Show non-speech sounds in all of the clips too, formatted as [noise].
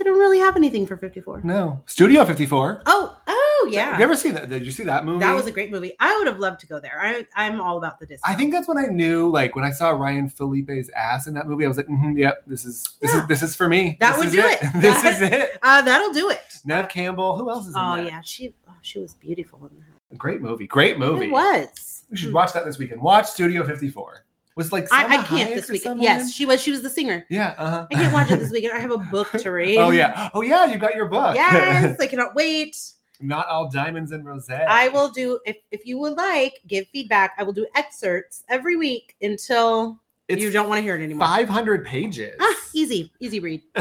I don't really have anything for 54. No. Studio 54. Oh, oh, Have yeah. you ever seen that? Did you see that movie? That was a great movie. I would have loved to go there. I, I'm all about the Disney. I think that's when I knew, like, when I saw Ryan Felipe's ass in that movie, I was like, mm "Yep, this is this Yeah. is this is for me. That This would is do it. [laughs] This That- is it." Uh, that'll do it. Nev Campbell. Who else is in Oh, that? yeah. She oh, she was beautiful in that. Great movie. Great movie. It was. Hmm. We should watch that this weekend. Watch Studio 54. Was like I, I Salma can't Hayek this or weekend. someone Yes, in- she was. She was the singer. Yeah. Uh-huh. I can't [laughs] watch it this weekend. I have a book to read. oh yeah. Oh yeah. You got your book. Yes, I cannot wait. [laughs] Not all diamonds and rose. I will do if if you would like give feedback. I will do excerpts every week until It's you don't want to hear it anymore. 500 pages. Ah, easy, easy read. [laughs]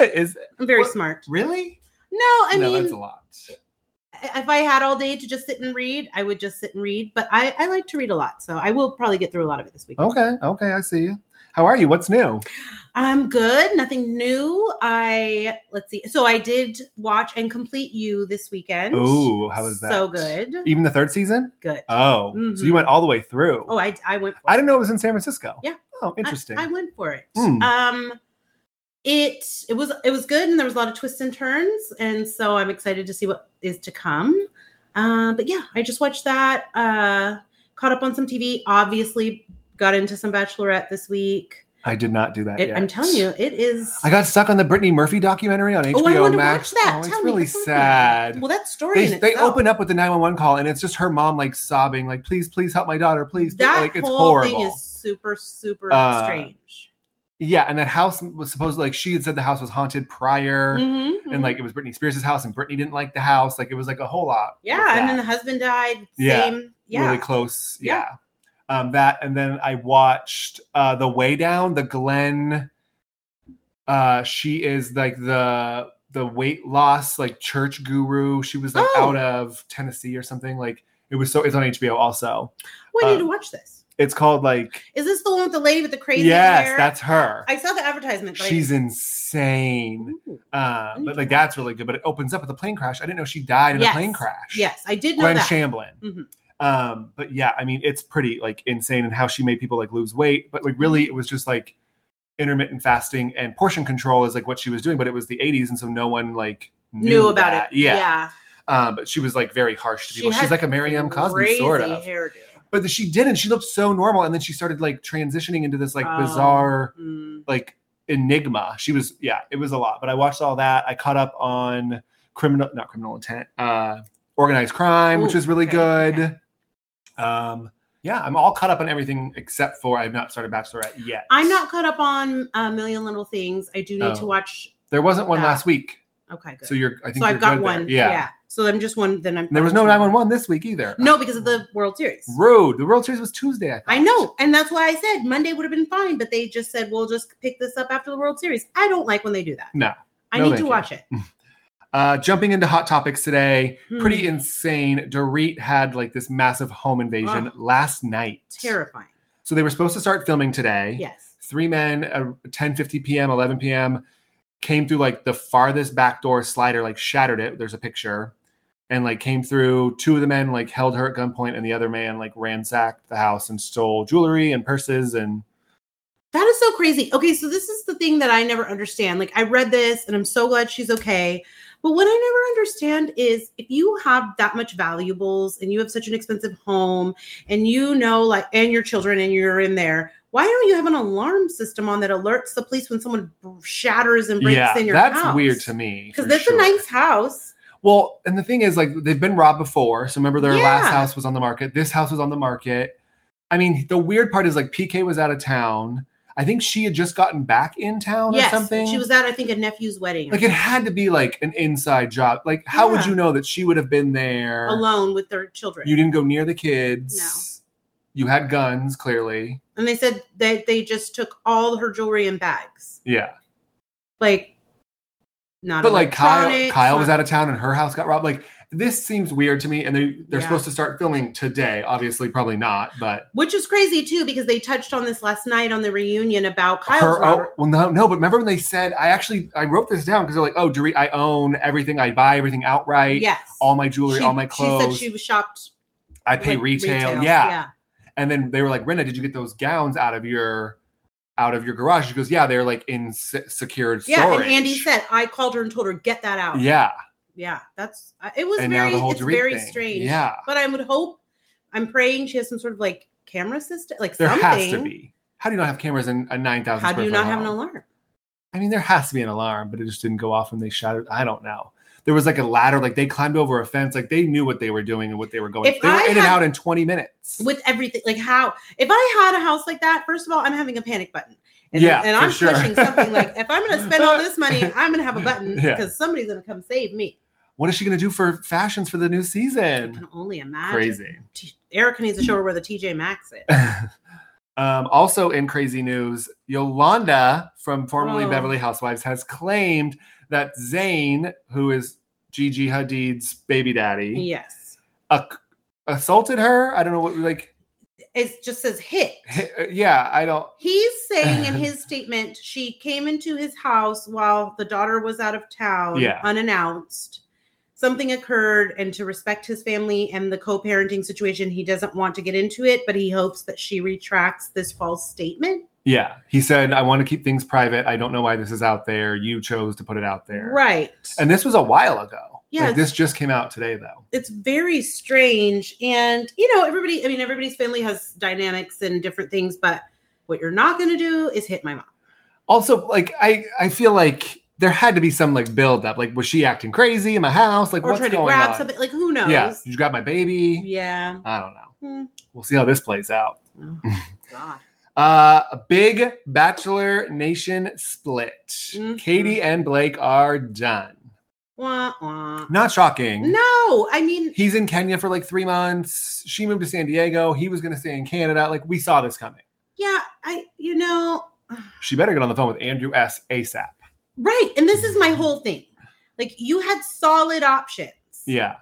is I'm very What? smart. really? No, I no, that's a mean, lot. if I had all day to just sit and read, I would just sit and read. But I I like to read a lot, so I will probably get through a lot of it this week. Okay. Okay. I see you. How are you? What's new? I'm good. Nothing new. I let's see. So I did watch and complete you this weekend. Ooh, how was that? So good. Even the third season? Good. Oh, so you went all the way through. Oh, I I went. For I it. didn't know it was in San Francisco. Yeah. Oh, I- interesting. I, went for it. Hmm. Um, it it was it was good, and there was a lot of twists and turns, and so I'm excited to see what is to come. Uh, but yeah, I just watched that. Uh, caught up on some TV. Obviously, got into some Bachelorette this week. I did not do that It, yet. I'm telling you, it is. I got stuck on the Brittany Murphy documentary on HBO oh, I want to Max. watch that. Oh, it's Tell me, really what's going on? sad. Well, that They, story. in Oh. they itself. open up with the 911 call and it's just her mom like sobbing, like, please, please help my daughter, please. please." That like, it's whole horrible. thing is super super Uh, strange. Yeah, and that house was supposed like she had said the house was haunted prior, Mhm, mhm. and like it was Britney Spears' house, and Britney didn't like the house. Like it was like a whole lot. with yeah, and that. then the husband died. Yeah, Same. Yeah. really close. Yeah. Yeah. Um, that and then I watched uh The Way Down, the Glenn uh she is like the the weight loss like church guru. She was like Oh. out of Tennessee or something. Like it was so it's on HBO also. Wait, I uh, need to watch this. It's called like Is this the one with the lady with the crazy Yes, hair? that's her. I saw the advertisement. But She's I, insane. Ooh. Uh, need but to like that's really good. But it opens up with a plane crash. I didn't know she died in Mm-hmm. Yes. a plane crash. Yes, I did know Glenn that. Shamblin. Mhm. Um, but yeah, I mean, it's pretty like insane and in how she made people like lose weight. But like really, Mm-hmm. it was just like intermittent fasting and portion control is like what she was doing. But it was the 80s, and so no one like Knew, about that. it. Yeah. Um, but she was like very harsh to She people. had She's like a Mary M. Cosby Crazy sort of. hairdo. But the- she didn't. She looked so normal, and then she started like transitioning into this like Oh. bizarre Mm. like enigma. She was yeah, it was a lot. But I watched all that. I caught up on criminal not criminal intent, uh organized crime, which Ooh, was really okay, good. Um yeah, I'm all caught up on everything except for I've not started Bachelorette yet. I'm not caught up on a million little things. I do need to Oh. watch. There wasn't one that. last week, Okay, good. so you're. I think So you're I've got good there. one. Yeah. So I'm just one. Then I'm. And there was no 911 this week either. No, because of the World Series. Rude. The World Series was Tuesday. I, I thought. know, and that's why I said Monday would have been fine, but they just said we'll just pick this up after the World Series. I don't like when they do that. No. I No, need thank to you. watch it. [laughs] Uh, jumping into hot topics today, Hmm. pretty insane. Dorit had like this massive home invasion Ugh. last night. terrifying. So they were supposed to start filming today. Yes. Three men, uh, 10 p.m., 11 p.m., came through like the farthest back door slider, like shattered it. There's a picture. And like came through. Two of the men like held her at gunpoint, and the other man like ransacked the house and stole jewelry and purses. And That is so crazy. Okay, so this is the thing that I never understand. Like I read this and I'm so glad she's okay. But what I never understand is if you have that much valuables and you have such an expensive home and you know like and your children and you're in there, why don't you have an alarm system on that alerts the police when someone shatters and breaks yeah, in your that's house? weird to me. Because for that's sure. a nice house. Well, and the thing is, like, they've been robbed before. So remember, their Yeah. last house was on the market. This house was on the market. I mean, the weird part is like PK was out of town. I think she had just gotten back in town yes. or something. She was at I think a nephew's wedding. like it had to be like an inside job. Like, how would Yeah. you know that she would have been there alone with their children. You didn't go near the kids. You had guns, clearly. and they said that they just took all her jewelry and bags. Yeah. like Not But like Kyle, electronics, Kyle was not- out of town and her house got robbed. Like this seems weird to me. And they they're Yeah. supposed to start filming today. Obviously, probably not. But which is crazy too because they touched on this last night on the reunion about Kyle's her robber- oh, well no no. But remember when they said I actually I wrote this down because they're like oh Dorit I own everything I buy everything outright yes, all my jewelry She- all my She clothes said she was shopped. I pay like, retail, yeah. And then they were like, Rena, did you get those gowns out of your out of your garage? She goes, Yeah, they're like in se- secured yeah, yeah. storage. And Andy said I called her and told her get that out. Yeah, yeah. That's uh, it was and now very the whole it's Dorit very thing. strange. Yeah, but I would hope. I'm praying she has some sort of like camera system, like there something. has to be. How do you not have cameras in a nine thousand? How do you not have an alarm? I mean, there has to be an alarm, but it just didn't go off when they shot it. I don't know. There was like a ladder, like they climbed over a fence, like they knew what they were doing and what they were going. If they were I in and had- out in twenty minutes. with everything. Like how if I had a house like that, first of all, I'm having a panic button. And, Yeah, and for I'm sure. pushing something like if [laughs] I'm gonna spend all this money, I'm gonna have a button because Yeah. somebody's gonna come save me. What is she going to do for fashions for the new I season? can only imagine. Crazy. T- Erica needs to show her where the TJ [laughs] Maxx is. um, also, in crazy news, Yolanda from formerly Oh. Beverly Housewives has claimed that Zayn, who is Gigi Hadid's baby daddy, Yes. ac- assaulted her. I don't know what, like, It just says hit. hi- uh, yeah, I don't. He's [laughs] saying in his statement, she came into his house while the daughter was out of town, Yeah. unannounced. Something occurred, and to respect his family and the co parenting situation, he doesn't want to get into it, but he hopes that she retracts this false statement. Yeah, he said, I want to keep things private. I don't know why this is out there. You chose to put it out there. Right. And this was a while ago. Yeah, Like, this just came out today, though. it's very strange. And, you know, everybody, I mean, everybody's family has dynamics and different things, but what you're not going to do is hit my mom. Also, like, I, I feel like there had to be some like buildup. Like, was she acting crazy in my house? Like, Or what's try to going grab on? something. Like, who knows? Yeah, did you grab my baby? Yeah. I don't know. Hmm. We'll see how this plays out. Oh, God. Uh, a big Bachelor Nation split. Mhm. Katie and Blake are done. Wah, wah. Not shocking. No, I mean, He's in Kenya for like three months. She moved to San Diego. He was going to stay in Canada. Like, we saw this coming. yeah, I, you know, She better get on the phone with Andrew S. ASAP. right. And this is my whole thing. Like, you had solid options. Yeah.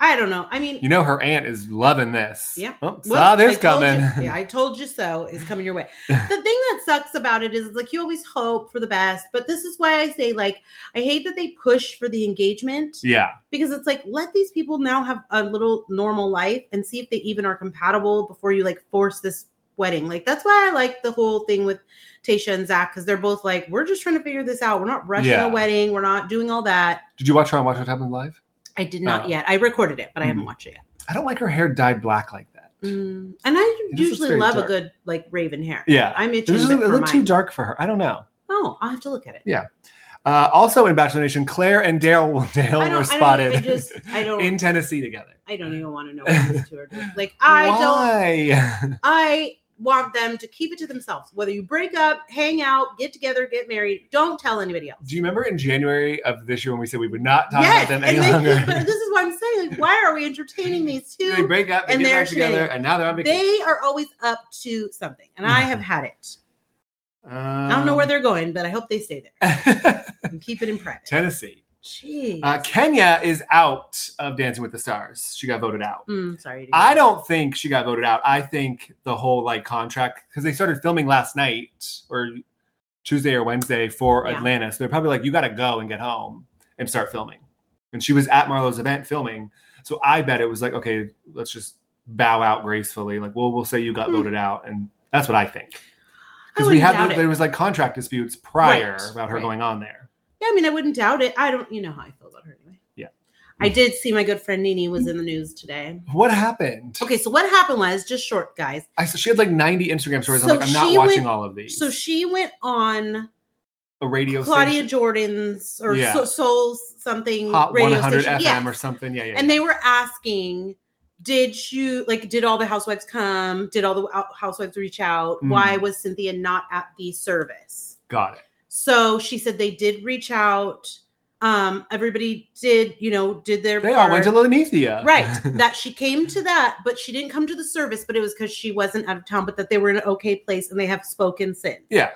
I don't know. I mean, You know, her aunt is loving this. Yeah. Oh, Well, saw this I told coming. [laughs] you- yeah, I told you so. Is coming your way. the thing that sucks about it is like you always hope for the best, but this is why I say like I hate that they push for the engagement yeah. because it's like let these people now have a little normal life and see if they even are compatible before you like force this wedding. Like that's why I like the whole thing with Tasha and Zach because they're both like we're just trying to figure this out. We're not rushing Yeah. a wedding. We're not doing all that. Did you watch her on Watch What Happens Live? I did not Oh. yet. I recorded it, but I haven't Mm. watched it yet. I don't like her hair dyed black like that. Mm. And I looks usually very love a dark. good like raven hair. Yeah. I'm It itching was a just bit a for little too mine. dark for her. I don't know. Oh, I'll have to look at it. Uh, also in Bachelor Nation, Claire and [laughs] Dale I Dale don't- were I don't- spotted [laughs] I just- I don't- in Tennessee together. I don't even want to [laughs] know what these two are doing. Like I don't. Why? [laughs] I want them to keep it to themselves. Whether you break up, hang out, get together, get married, don't tell anybody else. Do you remember in January of this year when we said we would not talk Yes, about them and any they, but longer? this is what I'm saying. Like, why are we entertaining these [laughs] they two? break up, they and get they're back together, shenanigans. and now they're on vacation. They are always up to something, and I have had it. I don't Um, know where they're going, but I hope they stay there they're. and keep it in private. Um, [laughs] Tennessee. Jeez. Uh, Kenya is out of Dancing with the Stars. She got voted out. Mm, sorry. to hear I that. don't think she got voted out. I think the whole like contract because they started filming last night or Tuesday or Wednesday for Yeah. Atlanta. So they're probably like, you got to go and get home and start filming. And she was at Marlo's event filming. So I bet it was like, okay, let's just bow out gracefully. Like, well, we'll say you got Hmm. voted out. And that's what I think. I Because we wouldn't had, doubt the, it. there was like contract disputes prior Right, about her right. going on there. Yeah, I mean, I wouldn't doubt it. I don't, you know how I feel about her anyway. Yeah. I did see my good friend Nini was in the news today. What happened? Okay, so what happened was just short, guys. I saw she had like 90 Instagram stories. So I'm like, I'm not she watching went- all of these. So she went on a radio Claudia station, Jordan's or Yeah. so- Soul's something Hot radio 100 station. FM yeah. or something. Yeah, yeah. yeah. And they were asking, did you like did all the housewives come? Did all the out- housewives reach out? Mm. Why was Cynthia not at the service? Got it. So she said they did reach out. Um, everybody did, you know, did their They all went to part. Lanethia. [laughs] [laughs] right. that she came to that, but she didn't come to the service, but it was because she wasn't out of town, but that they were in an okay place and they have spoken since. Yeah.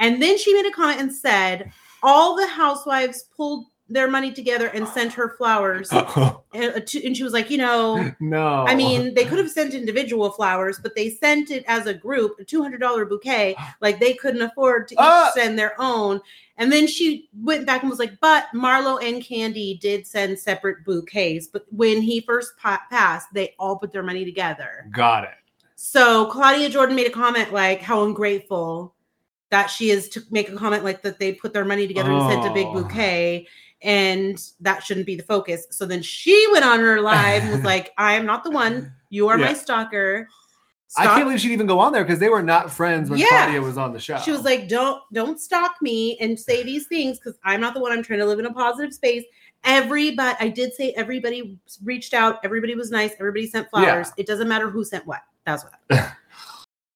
And then she made a comment and said, all the housewives pulled their money together and sent her flowers. [clears throat] and, uh, to- and she was like, you know, no. I mean, they could have sent individual flowers, but they sent it as a group, a two hundred dollar bouquet. Like they couldn't afford to each Ah! send their own. And then she went back and was like, "But Marlo and Candy did send separate bouquets. But when he first pa- passed, they all put their money together." got it. So Claudia Jordan made a comment like, "How ungrateful that she is to make a comment like that they put their money together and sent a big Oh. bouquet." And that shouldn't be the focus. So then she went on her live and [laughs] was like, I am not the one you are my Yeah. stalker. I Stalk- can't believe she'd even go on there because they were not friends when Yeah. Claudia was on the show. she was like, "Don't don't stalk me and say these things because I'm not the one. I'm trying to live in a positive space." Everybody, I did say everybody reached out. Everybody was nice. Everybody sent Yeah. flowers. It doesn't matter who sent what. That's what.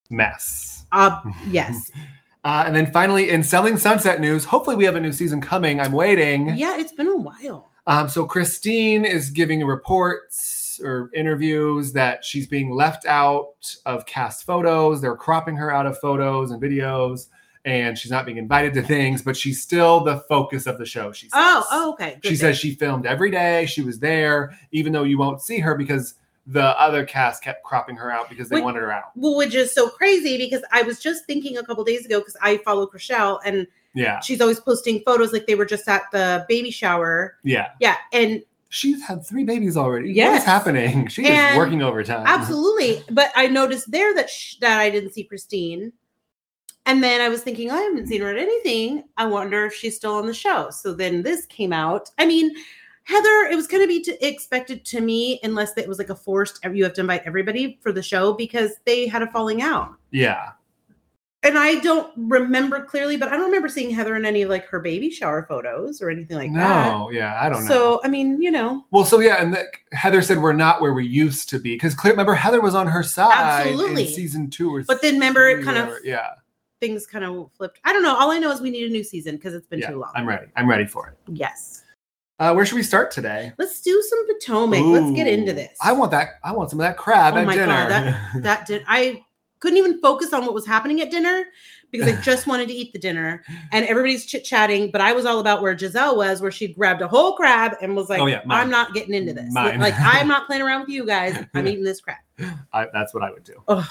mess. Uh, yes. [laughs] Uh, and then finally, in Selling Sunset news, hopefully we have a new season coming. I'm waiting. Yeah, it's been a while. Um, so Christine is giving reports or interviews that she's being left out of cast photos. They're cropping her out of photos and videos, and she's not being invited to things. But she's still the focus of the show. She says. Oh, oh, okay. She says she filmed every day. She was there, even though you won't see her because the other cast kept cropping her out because they Wait. wanted her out. Well, which is so crazy because I was just thinking a couple days ago because I follow Chriselle and Yeah, she's always posting photos like they were just at the baby shower. yeah. Yeah, and She's had three babies already. What Yes. is happening? She And- is working overtime. Absolutely, but I noticed there that sh- that I didn't see Christine, and then I was thinking "Oh, I haven't seen her at anything. I wonder if she's still on the show. So then this came out. I mean, Heather, it was going to be to, expected to me unless it was like a forced you have to invite everybody for the show because they had a falling out, Yeah. and I don't remember clearly, but I don't remember seeing Heather in any of like her baby shower photos or anything like that. no. Yeah. I don't know. So I mean, you know, Well, so yeah, and the, Heather said we're not where we used to be because clear. Remember, Heather was on her side Absolutely. in season two or. But then remember, it three kind of or- yeah, things kind of flipped. I don't know. All I know is we need a new season because it's been yeah. too long. I'm ready. I'm ready for it. Yes. Uh, where should we start today? Let's do some Potomac. Let's get into Ooh, this. I want [laughs] that. I want some of that crab Oh at my God, dinner. that- that did I couldn't even focus on what was happening at dinner because I just wanted to eat the dinner and everybody's chit-chatting, but I was all about where Giselle was, where she grabbed a whole crab and was like, Oh, yeah, mine. I'm not getting into this. Mine. Like [laughs] I'm not playing around with you guys. I'm eating this crab. [laughs] I, that's what I would do. Ugh.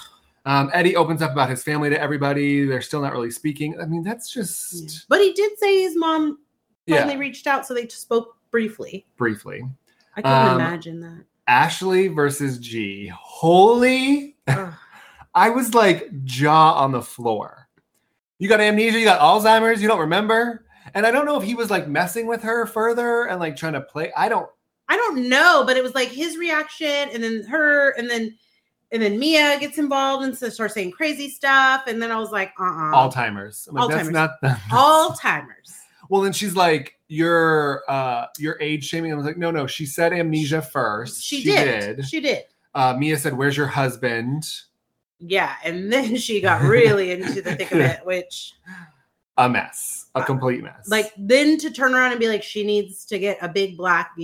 Um, Eddie opens up about his family to everybody. They're still not really speaking. I mean, that's just But he did say his mom yeah, finally reached out, so they just spoke briefly. briefly. I couldn't Um, imagine that. [laughs] Ashley versus G. Holy, Ugh. I was like jaw on the floor. You got amnesia. You got Alzheimer's. You don't remember. And I don't know if he was like messing with her further and like trying to play. I don't. I don't know, but it was like his reaction, and then her, and then and then Mia gets involved and so starts saying crazy stuff, and then I was like, uh, uh-uh. Alzheimer's. I'm like, Alzheimer's. that's not. [laughs] The, Alzheimer's. [laughs] well, then she's like, you're uh, you're age shaming. I was like, no, no. She said amnesia first. She, did. She did. Uh, Mia said, "Where's your husband?" Yeah, and then [laughs] she got really into the thick of it, which [laughs] A mess, a complete mess. Uh, like then to turn around and be like, she needs to get a big black.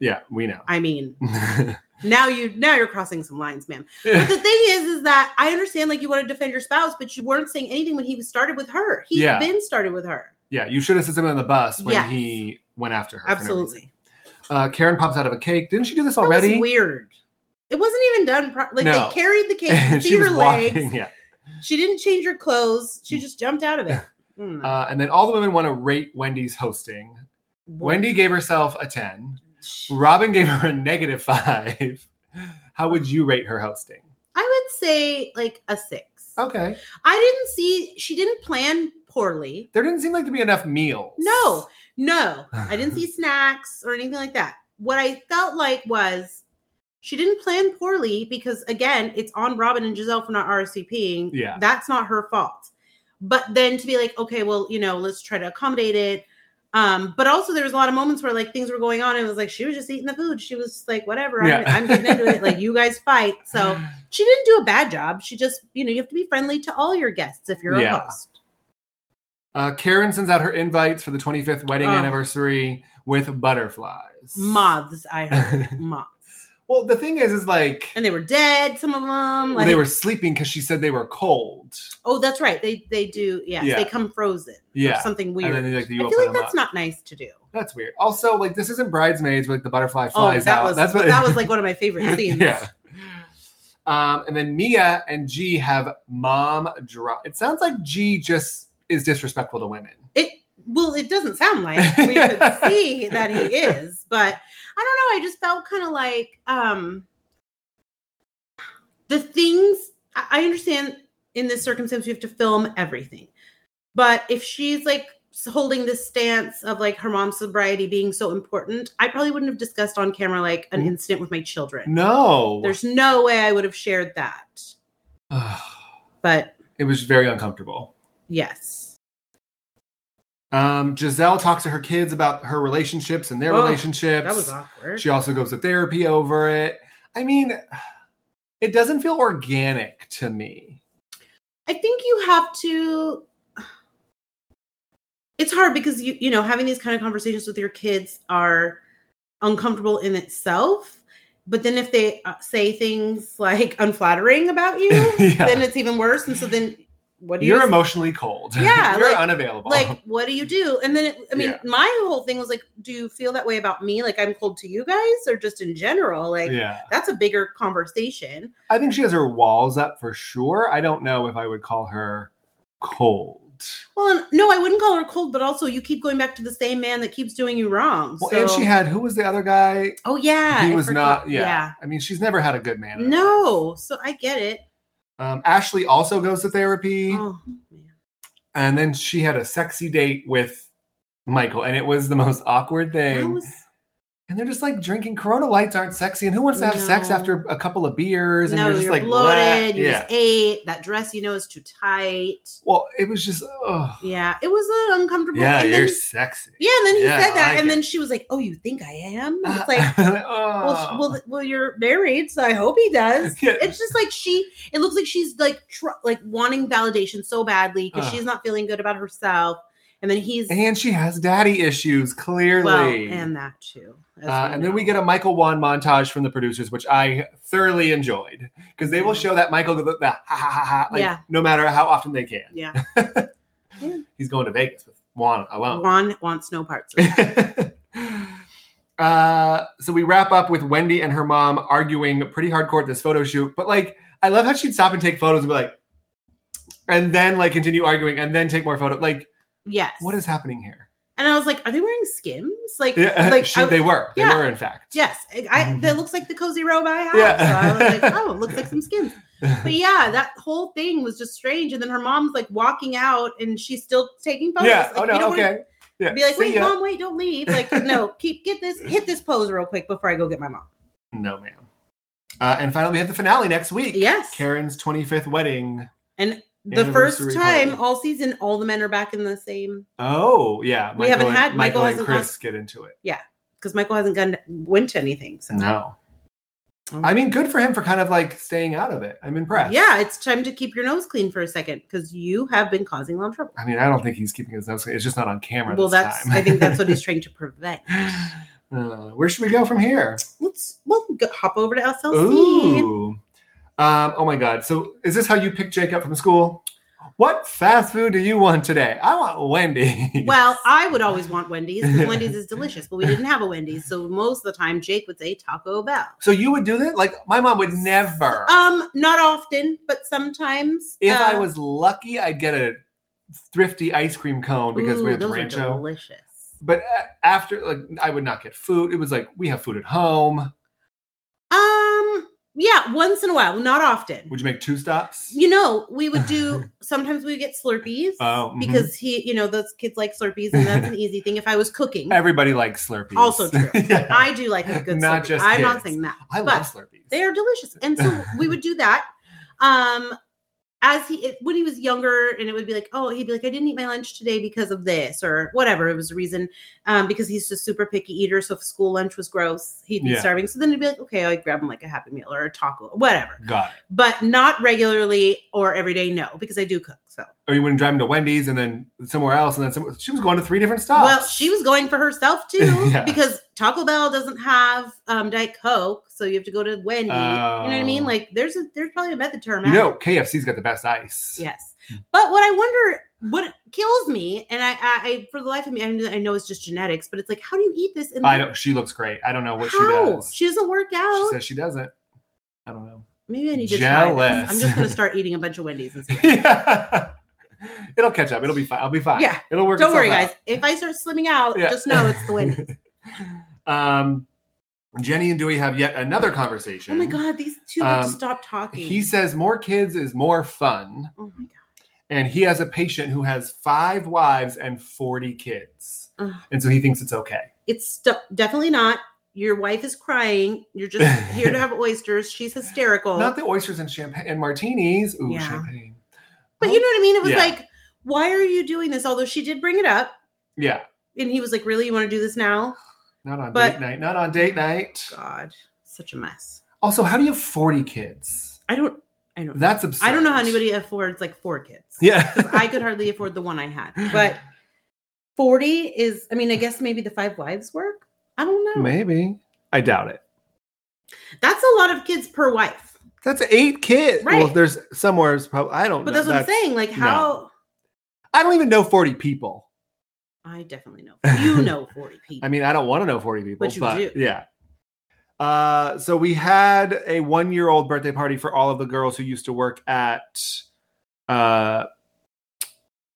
yeah, we know. I mean, [laughs] now you now you're crossing some lines, ma'am. But yeah, the thing is, is that I understand like you want to defend your spouse, but you weren't saying anything when he was started with her. He's Yeah. been started with her. you should have said something on the bus when Yes. he went after her. for no reason. Absolutely. Uh, Karen pops out of a cake. Didn't she do this That was already? weird. It wasn't even done. Pro- like No. they [laughs] carried the cake. You And could she see her was legs. walking. Yeah. She didn't change her clothes. She just jumped out of it. [laughs] Mm. Uh, and then all the women want to rate Wendy's hosting. Wendy gave herself a ten. Robin gave her a negative five. [laughs] How would you rate her hosting? I would say like a six. Okay. I didn't see. She didn't plan poorly. There didn't seem like to be enough meals. No, [sighs] no, I didn't see snacks or anything like that. What I felt like was she didn't plan poorly because again, it's on Robin and Giselle for not RSVPing. Yeah. that's not her fault. But then to be like, okay, well, you know, let's try to accommodate it. Um, but also there was a lot of moments where like things were going on and it was like she was just eating the food. She was just like, whatever, I'm, Yeah. I'm getting into it. Like you guys fight. [laughs] So she didn't do a bad job. She just, you know, you have to be friendly to all your guests if you're Yeah. a host. [sighs] Uh, Karen sends out her invites for the 25th wedding Oh. anniversary with butterflies. Moths, I heard. Moths. [laughs] Well, the thing is, is like And they were dead, some of them. Like, they were sleeping because she said they were cold. oh, that's right. They they do. Yes, Yeah. they come frozen. Yeah. Or something And weird. then they, like the I feel like that's not nice to do. That's weird. Also, like this isn't bridesmaids where like the butterfly Oh, flies that out. was That's what that was like one of my favorite [laughs] scenes. yeah. Um, and then Mia and G have mom drama. It sounds like G just is disrespectful to women. It well, it doesn't sound like we could see that he is, but I don't know. I just felt kind of like um the things I I understand in this circumstance we have to film everything. But if she's like s- holding this stance of like her mom's sobriety being so important, I probably wouldn't have discussed on camera like an Mm. incident with my children. No, There's no way I would have shared that. But it was very uncomfortable. yes. Um, Giselle talks to her kids about her relationships and their Oh, relationships. That was awkward. She also goes to therapy over it. I mean, it doesn't feel organic to me. I think you have to. It's hard because you you know having these kind of conversations with your kids are uncomfortable in itself. But then if they uh, say things like unflattering about you, [laughs] Yeah. then it's even worse. And so then what do you You're emotionally cold. [laughs] Yeah, you're like- unavailable. like? What do you do? And then it, I mean, Yeah. my whole thing was like, do you feel that way about me? Like I'm cold to you guys, or just in general? Like yeah, that's a bigger conversation. I think she has her walls up for sure. I don't know if I would call her cold. Well, and- no, I wouldn't call her cold, but also you keep going back to the same man that keeps doing you wrong. Well, so. and she had who was the other guy? Oh yeah, he I was forgot- not. Yeah. I mean, she's never had a good man. yeah. in her life. No, so I get it. Um, Ashley also goes to therapy, Oh, and then she had a sexy date with Michael, and it was the most awkward that thing. was and they're just like drinking Corona Lights aren't sexy, and who wants to have sex No. after a couple of beers? And no, you're just you're like bloated. bleh. You yeah. just ate that dress. You know is too tight. Well, it was just ugh. Yeah, it was an uncomfortable. yeah, and you're Then, sexy. yeah, and then he Yeah, I said that, like and it. Uh, then she was like, "Oh, you think I am?" And [laughs] It's like, well, well, sh- well, th- well, you're married, so I hope he does. Ah. [laughs] Yeah. It's just like she. It looks like she's like tr- like wanting validation so badly because Ugh. she's not feeling good about herself, and then he's and she has daddy issues clearly. well, and that too. as Uh, and then we know. get a Michael Wan montage from the producers, which I thoroughly enjoyed because they will Mhm. show that Michael the, the ha ha ha, ha like, Yeah. no matter how often they can. yeah. [laughs] He's going to Vegas with Juan alone. Juan wants no parts [laughs] of that. uh, so we wrap up with Wendy and her mom arguing pretty hardcore at this photo shoot. But like, I love how she'd stop and take photos and be like, and then like continue arguing and then take more photo. Like, yes. what is happening here? And I was like, are they wearing skims? Like, Yeah, [laughs] like she- I- they were. They yeah. were, in fact. [laughs] yes. I, I- that looks like the cozy robe I have. Yeah. So I was like, [laughs] oh, it looks like some skims. But yeah, that whole thing was just strange. And then her mom's like walking out, and she's still taking photos. yeah. Like, Oh no. you don't wanna Okay. Yeah. Be like, See wait, ya." mom, wait, don't [laughs] leave. Like, no, keep get this, hit this pose real quick before I go get my mom. No, ma'am. Uh, and finally, we have the finale next week. Yes. Karen's 25th wedding. And the first Anniversary time party. all season, all the men are back in the same Oh, yeah. We haven't and- had- Michael Michael and hasn't Chris get into it. because Michael hasn't gone went to anything. So No. Oh. I mean, good for him for kind of like staying out of it. I'm impressed. Yeah, it's time to keep your nose clean for a second because you have been causing a lot of trouble. I mean, I don't think he's keeping his nose. clean. It's just not on camera. Well, this that's time. I think that's [laughs] what he's trying to prevent. Uh, where should we go from here? Let's we'll go, hop over to SLC. Ooh. Um, oh my God. So is this how you pick Jake up from school? What fast food do you want today? I want Wendy. Well, I would always want [laughs] Wendy's because Wendy's is delicious, but we didn't have a Wendy's, so most of the time Jake would say Taco Bell. so you would do that? Like my mom would never. Um, not often, but sometimes. if I uh, was lucky, I'd get a thrifty ice cream cone because ooh, we had those are Rancho. delicious. But a- after, like, I would not get food. It was like we have food at home. Um, yeah, once in a while, not often. Would you make two stops? You know, we would [laughs] do sometimes we would get Slurpees Oh, mhm. because he, you know, those kids like Slurpees, and [laughs] that's an easy thing. If I was cooking, Everybody likes Slurpees. [laughs] Also true. yeah. I, I do like a good Not Slurpee. just I'm not kids. saying that. love but Slurpees. They are delicious, and so we would [laughs] do that. Um, as he it- when he was younger, and it would be like, oh, he'd be like, I didn't eat my lunch today because of this or whatever. It was a reason, um, because he's just super picky eater. So if school lunch was gross, he'd be Yeah. starving. So then he'd be like, okay, I grab him like a Happy Meal or a taco, whatever. Got it. But not regularly or every day, no, because I do cook. So or you wouldn't drive him to Wendy's and then somewhere else and then somewhere. She was going to three different stops. well, she was going for herself too [laughs] Yeah. because Taco Bell doesn't have um, Diet Coke, so you have to go to Wendy. you know what I mean? Oh. Like there's a there's probably a method to her you madness. know, KFC's got the best ice. Yes. Hmm. But what I wonder, what kills me, and I, I, I for the life of me, I know, I know it's just genetics, but it's like, how do you eat this? And I don't. She looks great. I don't know what how? she does. She doesn't work She out. says she doesn't. I don't know. Maybe I need to try this. Jealous. I'm just going to start eating a bunch of Wendy's. And see. yeah. [laughs] It'll catch up. It'll be fine. I'll be fine. Yeah. It'll work. Don't itself worry, out. guys. [laughs] If I start slimming out, Yeah. just know it's the Wendy's. [laughs] um, Jenny and Dewey have yet another Oh conversation. my God, these two have to Um, stop talking. He says more kids is more fun, Oh my and he has a patient who has five wives and forty kids, Ugh. and so he thinks it's okay. It's stu- definitely not. Your wife is crying. You're just here [laughs] to have oysters. She's hysterical. Not the oysters and champagne and martinis. Ooh, Yeah. champagne. but you know what I mean? It was Yeah. like, why are you doing this? Although she did bring it up. Yeah, And he was like, really? You want to do this now? not on But- date night. Not on date night. God, such a mess. Also, how do you have forty kids? I don't, I don't, That's absurd. I don't know how anybody affords like four kids. Yeah. [laughs] I could hardly afford the one I had, but 40 is, I mean, I guess maybe the five wives work. I don't know. Maybe. I doubt it. That's a lot of kids per wife. That's eight kids. Well, Right. there's somewhere it's probably I don't But know. that's what I'm saying. Like, no. how I don't even know 40 people. I definitely know. [laughs] You know 40 people. I mean, I don't want to know 40 people, But but, you do. yeah. Uh, so we had a one-year-old birthday party for all of the girls who used to work at uh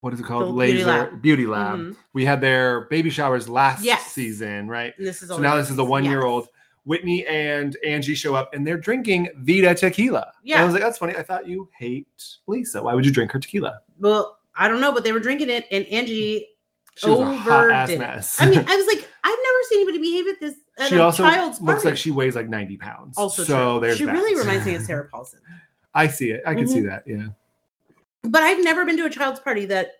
what is it called? The Laser Beauty Lab. Beauty Lab. Mhm. We had their baby showers last Yes. season, right? And this is So all now it this is the Yes. one-year-old. Whitney and Angie show up and they're drinking Vita tequila. And Yeah. I was like, that's funny. I thought you hate Lisa. Why would you drink her tequila? Well, I don't know, but they were drinking it, and Angie. She was a hot ass Overdid it. mess. I mean, I was like, [laughs] I've never seen anybody behave at this. At she a also child's looks party. like she weighs like 90 pounds. also so true. there's She that. really reminds [laughs] me Mm-hmm. of Sarah Paulson. I see it. I can see that. Yeah. But I've never been to a child's party that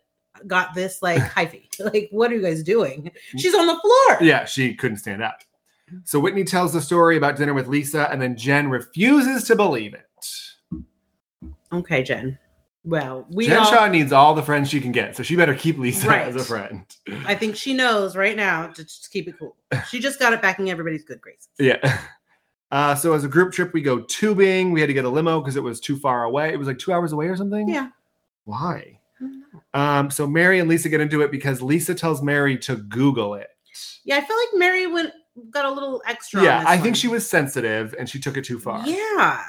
got this [laughs] like hyphy. Like, what are you guys doing? Mm. She's on the floor. Yeah, she couldn't stand up. So Whitney tells the story about dinner with Lisa, and then Jen refuses to believe it. Okay, Jen. Well, we Jen all, Shaw needs all the friends she can get, so she better keep Lisa Right. as a friend. I think she knows right now to just keep it [laughs] cool. She just got it back in everybody's good graces. Yeah. [laughs] Uh, so as a group trip, we go tubing. We had to get a limo because it was too far away. It was like two hours away or something. Yeah. Why? Um, so Mary and Lisa get into it because Lisa tells Mary to Google it. Yeah, I feel like Mary went got a little extra. on yeah, this I think one. she was sensitive and she took it too far. Yeah.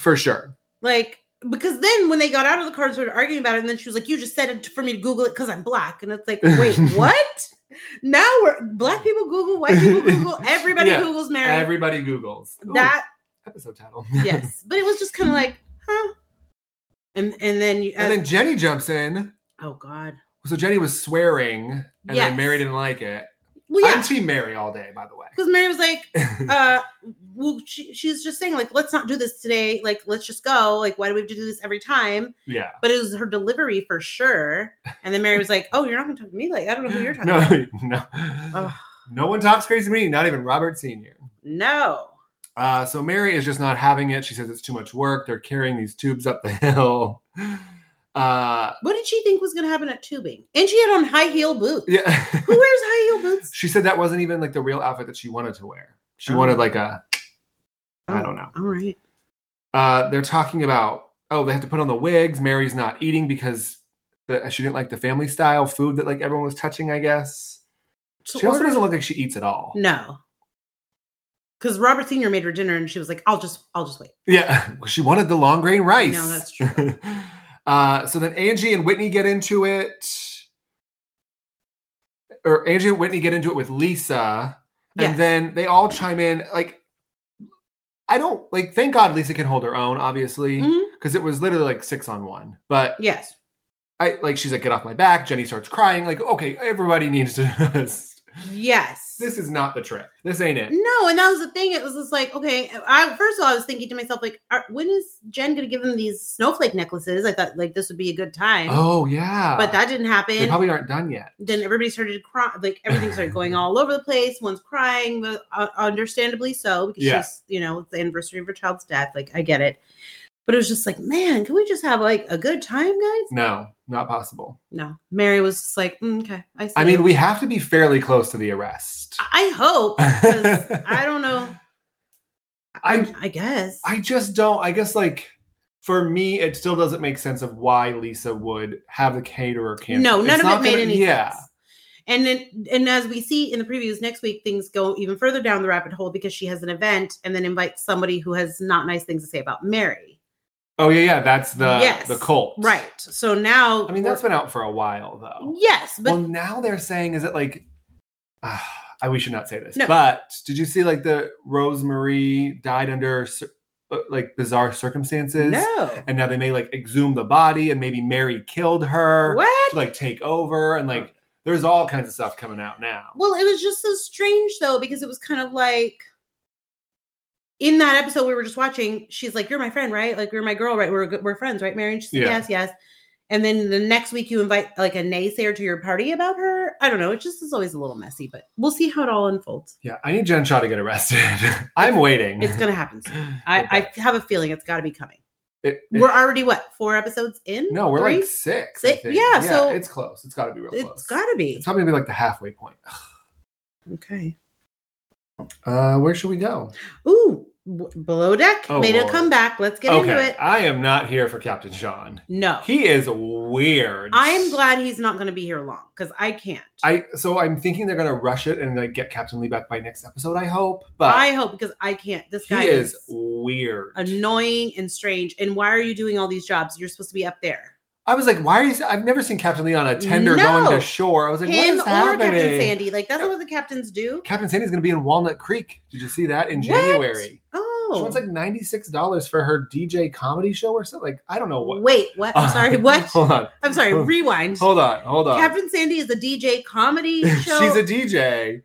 For sure. Like, because then when they got out of the car, and started arguing about it, and then she was like, "You just said it for me to Google it because I'm black," and it's [laughs] like, "Wait, what?" Now we're black people Google, [laughs] white people Google, everybody Yeah, Googles Mary. Everybody Googles. Ooh, that episode [laughs] title. [laughs] yes, but it was just kind of like, huh? And and then you, and then Jenny jumps in. oh god, So Jenny was swearing and Yes. then Mary didn't like it. well I'm yeah, team Mary all day, by the [laughs] way. because Mary [laughs] was like, uh, well, she, she's just saying like, let's not do this today. Like, let's just go. Like, why do we have to do this every time? yeah. but it was her delivery for sure. And then Mary was like, "Oh, you're not going to talk to me like I don't know who [laughs] you're talking about." No, no. Ugh. No one talks crazy to me, not even Robert Sr. No, Uh, so Mary is just not having it. She says it's too much work. They're carrying these tubes up the hill. [laughs] Uh, what did she think was going to happen at tubing? And she had on high heel boots. yeah. [laughs] Who wears high heel boots? she said that wasn't even like the real outfit that she wanted to wear. She Oh. wanted like a, I Oh, don't know. All right. Uh, they're talking about oh they have to put on the wigs. Mary's not eating because the, she didn't like the family style food that like everyone was touching. I guess So she also order- Hmm. doesn't look like she eats at all. no, because Robert Senior made her dinner, and she was like, "I'll just, I'll just wait." Yeah, [laughs] she wanted the long grain rice. No, that's true. [laughs] uh, so then Angie and Whitney get into it, or Angie and Whitney get into it with Lisa, Yes. and then they all chime in. Like, I don't like. Thank God Lisa can hold her own, obviously, Mhm. because it was literally like six on one. But Yes. I like she's like, "Get off my back!" Jenny starts crying. Like, okay, everybody needs to. [laughs] Yes. this is not the trick. This ain't it. no, and that was the thing. It was just like, okay, I first of all, I was thinking to myself, like, are, when is Jen going to give them these snowflake necklaces? I thought like this would be a good time, Oh yeah, but that didn't they happen. probably aren't done yet. then everybody started crying like everything [laughs] started going all over the place one's crying but uh, understandably so because Yeah. she's you know it's the anniversary of her child's death like i get it But it was just like, man, can we just have like a good time, guys? No, not possible. No. Mary was just like, "Mm, okay. I, see I mean, you." we have to be fairly close to the arrest. I [laughs] hope. 'cause I don't know. I- I guess. I just don't. I guess like for me, it still doesn't make sense of why Lisa would have the caterer cancel. No, It's none of not it made gonna- any Yeah, sense. And then, and as we see in the previews next week, things go even further down the rabbit hole because she has an event and then invites somebody who has not nice things to say about Mary. Oh yeah, yeah. That's the Yes, the cult, Right. So now, I mean, that's been out for a while though. yes, but well, now they're saying is it like? [sighs] Uh, I we should not say this, No. but did you see like the Rosemary died under cir- uh, like bizarre circumstances? no. And now they may like exhume the body, and maybe Mary killed her What? to like take over, and like there's all kinds of stuff coming out now. Well, it was just so strange though because it was kind of like in that episode we were just watching. She's like, "You're my friend, right? Like you're my girl, right? We're good- we're friends, right, Mary?" And she's like, Yeah. "Yes, yes." And then the next week you invite like a naysayer to your party about her. I don't know. It just is always a little messy, but we'll see how it all unfolds. Yeah, I need Jen Shaw to get arrested. [laughs] I'm waiting. [laughs] It's gonna happen. Soon. I, I have a feeling it's got to be coming. It- it- We're already what four episodes in? no, we're Three? like six. I Six? think. Yeah, so- it's close. It's got to be real close. it's got to be It's probably gonna be like the halfway point. okay. Uh, where should we go? Ooh, w- below deck Oh, made Lord. a comeback. Let's get into it. I am not here for Captain Sean. No, He is weird. I'm glad he's not going to be here long because I can't. I so I'm thinking they're gonna rush it and like get Captain Lee back by next episode. I hope, but I hope because I can't. This he guy is is, weird. annoying and strange. And why are you doing all these jobs? You're supposed to be up there. I was like, why is I've never seen Captain Lee on a tender No. going to shore. I was like, what Him is or happening? Captain Sandy. Like, that's not what the captains do. Captain Sandy's gonna be in Walnut Creek. Did you see that in What? January? She Oh. wants like ninety six dollars for her DJ comedy show or something. Like I don't know oh, what. Uh, Wait, what? I'm [laughs] sorry. What? hold on, I'm sorry. Rewind. hold on, hold on. Captain Sandy is a DJ comedy [laughs] show. She's a DJ.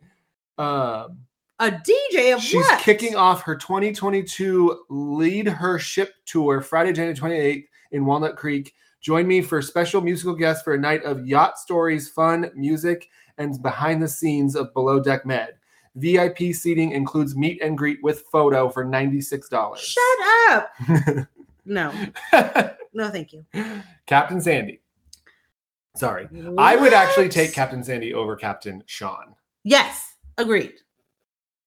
Um, a DJ of she's what? kicking off her 2022 Lead Her Ship tour Friday, January 28th in Walnut Creek. Join me for special musical guests for a night of yacht stories, fun, music, and behind the scenes of Below Deck Med. VIP seating includes meet and greet with photo for $96. Shut [laughs] up. No, no, thank you. Captain Sandy. Sorry. I would actually What? take Captain Sandy over Captain Sean. Yes, agreed.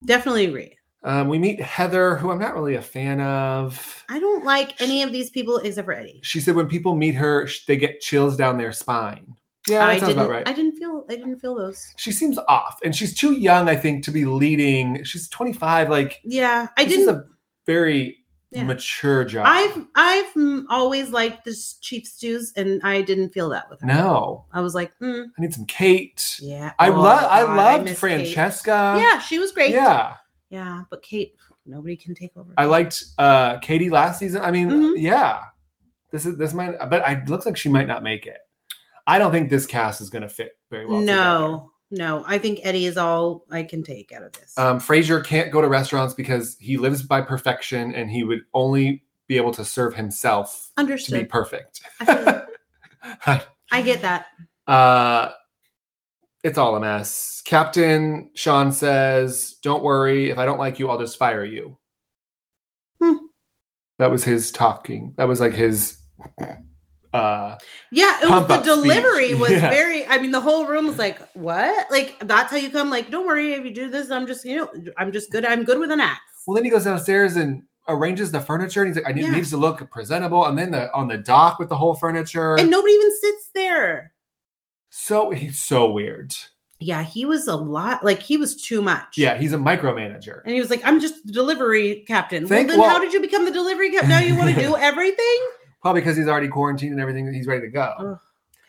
Definitely agree. Um, we meet Heather, who I'm not really a fan of. I don't like any of these people except for Eddie. She said when people meet her, sh- they get chills down their spine. Yeah, that I sounds didn't. about right. I didn't feel. I didn't feel those. she seems off, and she's too young, I think, to be leading. She's 25, like Yeah, I This is didn't. a very Yeah. mature job. I've I've mm, always liked this cheap stews, and I didn't feel that with her. no. I was like, mm, I need some Kate. yeah. I oh, love. I God, loved miss Francesca. Kate. Yeah, she was great. Yeah, yeah, but Kate, nobody can take over. I liked uh, Katie last season. I mean, Mhm. yeah. This is this might, but I looks like she might not make it. I don't think this cast is going to fit very well. together. no, no. I think Eddie is all I can take out of this. Um, Frazier can't go to restaurants because he lives by perfection and he would only be able to serve himself to be Understood. perfect. [laughs] I, feel- I get that. uh, it's all a mess. Captain Sean says, Don't worry. If I don't like you, I'll just fire you. Hmm. That was his talking. That was like his. Uh, Yeah, it was Pump the up speech. delivery was Yeah. very. I mean, the whole room was like, "What?" Like that's how you come. Like, don't worry if you do this. I'm just, you know, I'm just good. I'm good with an axe. well, then he goes downstairs and arranges the furniture and he's like, I need Yeah. needs to look presentable. And then the, on the dock with the whole furniture. and nobody even sits there. so he's so weird. Yeah, he was a lot. Like he was too much. Yeah, he's a micromanager. and he was like, "I'm just the delivery captain." Thank- well, then well- how did you become the delivery captain? Now you [laughs] want to do everything, Probably because he's already quarantined and everything, he's ready to go. Oh,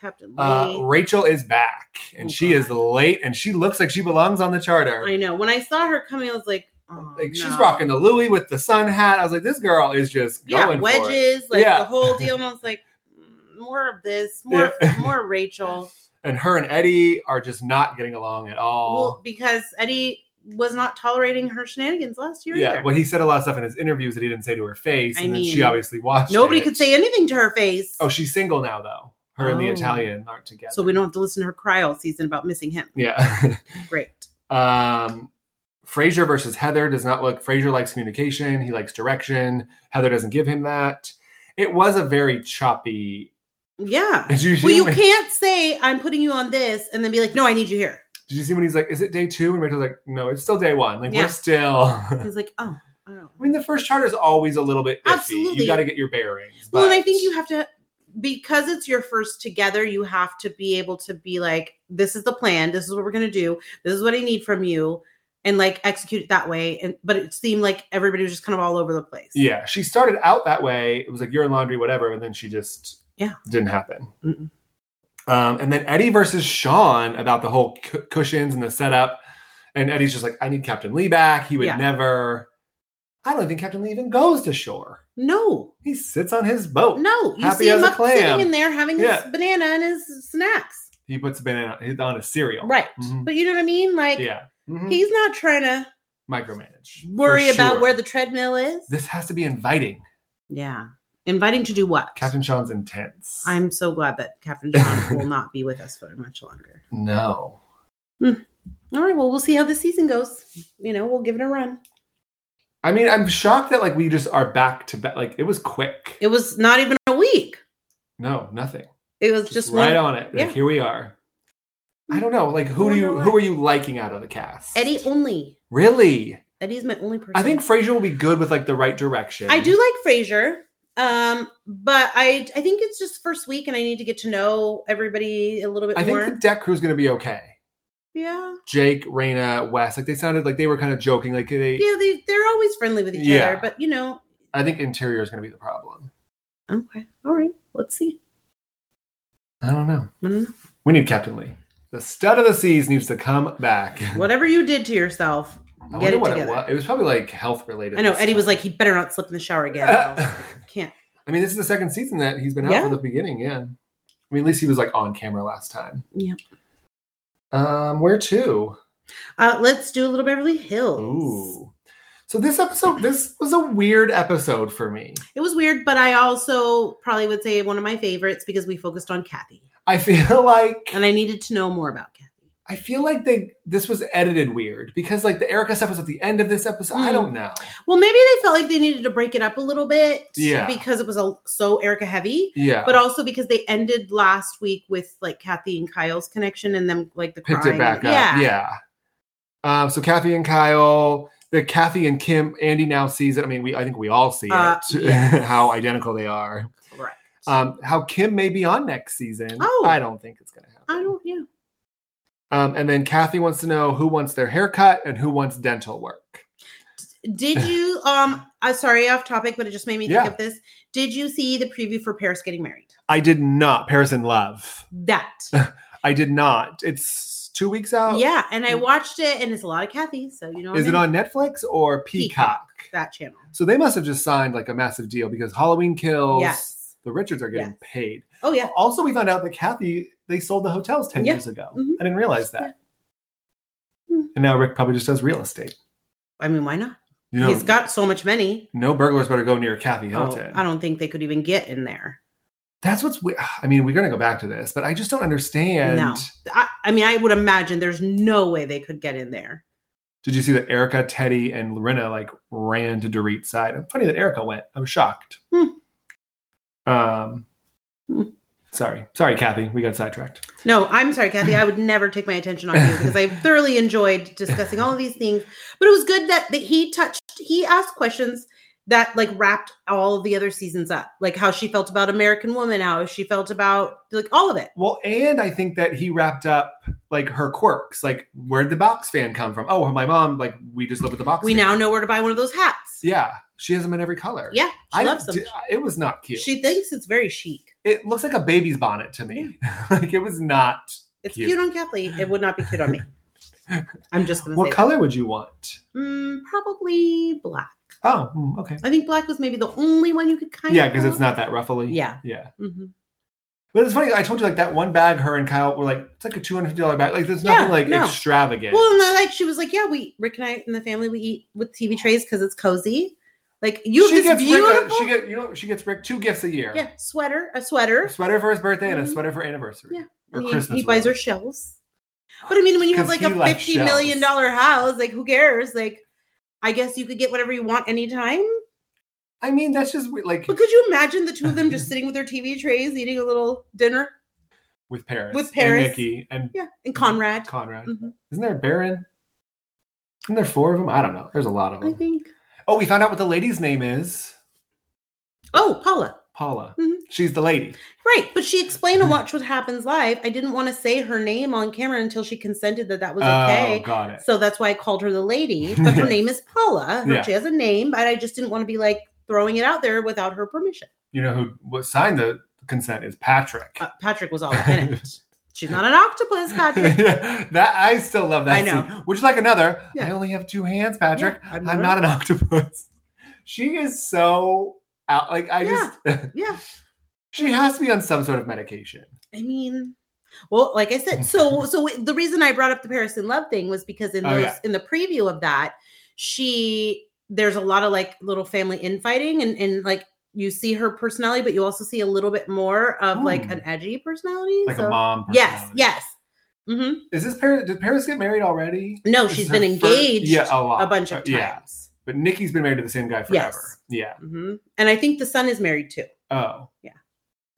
Captain Lee. Uh, Rachel is back and Oh, she is God. late and she looks like she belongs on the charter. I know. When I saw her coming, I was like, "Oh, Like she's no." rocking the Louis with the sun hat. I was like, this girl is just Yeah, going for it. wedges, like Yeah. the whole deal." And I was like, "Mm, "More of this, more, Yeah. more Rachel." And her and Eddie are just not getting along at Well, all. because Eddie was not tolerating her shenanigans last year yeah, either. well, he said a lot of stuff in his interviews that he didn't say to her face, I and then she mean, obviously watched. Nobody it. could say anything to her face. Oh, she's single now though. Her and the Oh. Italian aren't together. so we don't have to listen to her cry all season about missing him. Yeah. [laughs] Great. Um, Frazier versus Heather does not look. Frazier likes communication. He likes direction. Heather doesn't give him that. It was a very choppy. [laughs] Yeah. Did you, see Well, you when- can't say I'm putting you on this and then be like, no, I need you here. [laughs] did you see when he's like, "Is it day two? And Rachel's like, "No, it's still day one. Like Yeah. we're still." [laughs] I He's like, oh, I don't know. mean, the first charter is always a little bit iffy. Absolutely. You got to get your bearings. Well, and I but- think you have to because it's your first together, you have to be able to be like, this is the plan, this is what we're gonna do, this is what I need from you, and like execute it that way. And but it seemed like everybody was just kind of all over the place. Yeah, she started out that way. It was like you're in laundry, whatever, and then she just Yeah. didn't happen. Mm-mm. Um, and then Eddie versus Sean about the whole cu- cushions and the setup, and Eddie's just like, I need Captain Lee back. He would Yeah. never. I don't think Captain Lee even goes to shore. No, He sits on his boat. no, you Happy see as him a up sitting clam. in there having Yeah. his banana and his snacks. He puts a banana he's on his cereal. Right. Mhm. But you know what I mean? Like Yeah. Mhm. he's not trying to Micromanage. worry For about sure. where the treadmill is. This has to be inviting. yeah. Inviting to do what? Captain Sean's intense. I'm so glad that [laughs] Captain John will not be with us for much longer. no. All right. Well, we'll see how the season goes. You know, we'll give it a run. I mean, I'm shocked that like we just are back to back. Like it was quick. It was not even a week. no, nothing. It was just, just right one. on it. Like yeah. here we are. I don't know. Like who do you who are you liking out of the cast? Eddie only. Really? Eddie's my only person. I think Frasier will be good with like the right direction. I do like Frasier. Um, but I I think it's just first week, and I need to get to know everybody a little bit I think more. the deck crew's gonna be okay. yeah, Jake, Raina, Wes, like they sounded like they were kind of joking. Like they, yeah, they they're always friendly with each Yeah. other, but you know, I think interior is gonna be the problem. okay, all right, let's see. I don't know. I don't know. We need Captain Lee. The stud of the seas needs to come back. Whatever you did to yourself, [laughs] I Get wonder it what together. it was. It was probably like health related. I know this Eddie was time. like, he better not slip in the [laughs] shower again. I was like, Can't. I mean, this is the second season that he's been out Yeah. from the beginning. Yeah. I mean, at least he was like on camera last time. Yep. Um, where to? Uh, let's do a little Beverly Hills. Ooh. So this episode, this was a weird episode for me. It was weird, but I also probably would say one of my favorites because we focused on Kathy I feel [laughs] like and I needed to know more about Kathy. I feel like they this was edited weird because like the Erica stuff was at the end of this episode. I Mm. don't know. Well, maybe they felt like they needed to break it up a little bit Yeah. because it was a, so Erica heavy, Yeah. but also because they ended last week with like Kathy and Kyle's connection and them like the picked crying. it back yeah. up. Yeah. Um, so Kathy and Kyle, the Kathy and Kim, Andy now sees it. I mean, we I think we all see Uh, it [laughs] yes. how identical they are. Correct. Um, how Kim may be on next season. Oh. I don't think it's gonna happen. I don't, yeah. Um, and then Kathy wants to know who wants their haircut and who wants dental work. Did you, um, I'm sorry, off topic, but it just made me think Yeah. of this. Did you see the preview for Paris getting married? I did not Paris in Love. That. [laughs] I did not. It's two weeks out. yeah. And I watched it and it's a lot of Kathy. So, you know, Oh. Is I'm it in on Netflix or Peacock? that channel? So they must have just signed like a massive deal because Halloween Kills. Yes. The Richards are getting paid. Oh, yeah. Also, we found out that Kathy they sold the hotels ten Yeah. years ago. Mhm. I didn't realize that. Yeah. Mm. And now Rick probably just does real estate. I mean, why not? You know, He's got so much money. no burglars better go near Kathy Oh, Hilton. I don't think they could even get in there. That's what's. we- I mean, we're gonna go back to this, but I just don't understand. No. I, I mean, I would imagine there's no way they could get in there. Did you see that Erica, Teddy, and Lorena like ran to Dorit's side? I'm funny that Erica went. I'm shocked. Hmm. Um, Hmm. sorry, sorry, Kathy, we got sidetracked. No, I'm sorry, Kathy. I would never take my attention off you [laughs] because I thoroughly enjoyed discussing all of these things. But it was good that, that he touched, he asked questions that like wrapped all of the other seasons up, like how she felt about American Woman, how she felt about like all of it. Well, and I think that he wrapped up like her quirks. Like, where'd the box fan come from? Oh, my mom. Like, we just live with the box. We fan. now know where to buy one of those hats. Yeah, she has them in every color. Yeah, she I loves them. did- it was not cute. She thinks it's very chic. it looks like a baby's bonnet to me. [laughs] like, it was not. It's Cute. cute, on Kathleen. It would not be [laughs] cute on me. I'm just gonna What say color would you want? that. Mm, probably black. Oh, mm, okay. I think black was maybe the only one you could kind Yeah, of. because it's not that ruffly. Yeah. Yeah. Mhm. But it's funny. I told you like that one bag. Her and Kyle were like, it's like a two hundred fifty dollar bag. Like there's nothing Yeah, like no. extravagant. Well, and then, like she was like, "Yeah, we Rick and I and the family we eat with TV trays because it's cozy. Like you she have this gets Rick. A, beautiful she get you know she gets Rick two gifts a year. yeah sweater, a A sweater. sweater for his birthday and a Mhm. sweater for anniversary. Yeah. Or And he, Christmas. he buys her whatever. shells. But I mean, when you have 'Cause like he a likes fifty million shells. dollar house, like who cares? Like, I guess you could get whatever you want anytime. I mean, that's just weird, like But could you imagine the two of them [laughs] just sitting with their TV trays, eating a little dinner with Paris, With Paris. and Nikki, and Yeah, and Conrad. Conrad. Mhm. Isn't there a Baron? Isn't there four of them? I don't know. There's a lot of I them. think. Oh, we found out what the lady's name is. Oh, Paula. Paula. Mhm. She's the lady. Right, but she explained on Watch What Happens Live. I didn't want to say her name on camera until she consented that that was Oh, okay. got it. So that's why I called her the lady. [laughs] But her name is Paula. Her- Yeah. She has a name, but I just didn't want to be like throwing it out there without her permission. You know who what signed the consent is Patrick. Uh, Patrick was all [laughs] in it. She's not an octopus, Patrick. Yeah, [laughs] that I still love that. I know. Scene. Would you like another? Yeah. I only have two hands, Patrick. Yeah, I'm, I'm not an octopus. [laughs] She is so out. Like I just, Yeah. [laughs] she has to be on some sort of medication. I mean, well, like I [laughs] said, so so the reason I brought up the Paris and Love thing was because in Oh, those yeah. in the preview of that, she there's a lot of like little family infighting and and like you see her personality, but you also see a little bit more of like Hmm. an edgy personality. Like so- a mom. yes, personality. yes. hmm Is this Paris? Did Paris get married already? No, This she's is been her fir- engaged yeah, a, lot. a bunch of Uh, Yeah, times. but Nikki's been married to the same guy forever. Yes. Yeah. hmm And I think the son is married too. Oh. Yeah.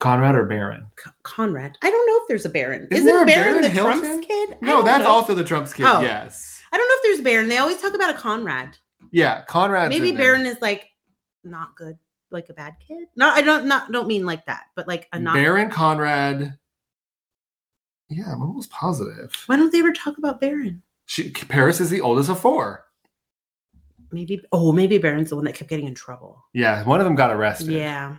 Conrad or Baron? C- Conrad. I don't know if there's a Baron. Isn't Isn't, there a Baron, Baron the Hilton? Trump's kid? I No, don't that's know. also the Trump's kid. Oh. Yes. I don't know if there's Baron. They always talk about a Conrad. Yeah, Conrad. maybe Baron is like not good, like a bad kid. No, I don't not don't mean like that, but like a not. Baron Conrad. Yeah, I'm almost positive. Why don't they ever talk about Baron? She, Paris is the oldest of four. Maybe oh, maybe Baron's the one that kept getting in trouble. Yeah, one of them got arrested. Yeah.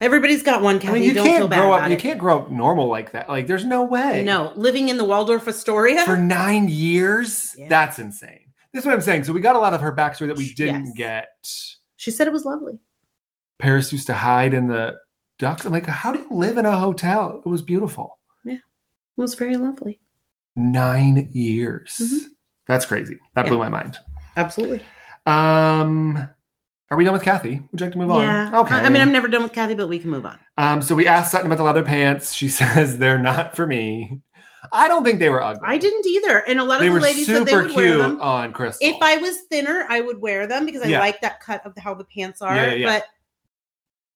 Everybody's got one, I Kathy. mean, you don't feel can't bad grow about up. You it. can't grow up normal like that. Like, there's no way. No, living in the Waldorf Astoria. for nine years, Yeah. that's insane. That's what I'm saying. So we got a lot of her backstory that we Yes. didn't get. she said it was lovely. Paris used to hide in the ducks. I'm like, how do you live in a hotel? It was beautiful. It was very lovely. Nine years. Mhm. That's crazy. That Yeah. blew my mind. Absolutely. Um, are we done with Kathy? Would you like to move Yeah. on? Okay. I I mean, I'm never done with Kathy, but we can move on. um, so we asked Sutton about the leather pants. She [laughs] says they're not for me. I don't think they were ugly. I didn't either. And a lot of They the were ladies said they super would wear cute them. on Crystal. If I was thinner, I would wear them because I Yeah. like that cut of how the pants are. Yeah, yeah, yeah.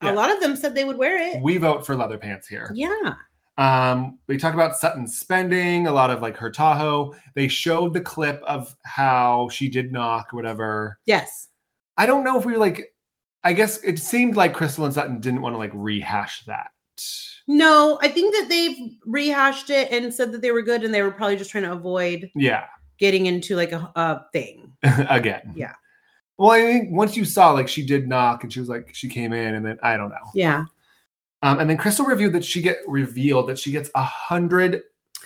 But Yeah. a lot of them said they would wear it. we vote for leather pants here. Yeah. Um, we talked about Sutton spending a lot of like her Tahoe. They showed the clip of how she did knock, whatever. Yes. I don't know if we were like, I guess it seemed like Crystal and Sutton didn't want to like rehash that. No, I think that they've rehashed it and said that they were good, and they were probably just trying to avoid Yeah, [laughs] getting into like a, a thing. again. Yeah. Well, I think once you saw like she did knock and she was like, she came in and then I don't know. Yeah. Um, and then Crystal reviewed that she get revealed that she gets a hundred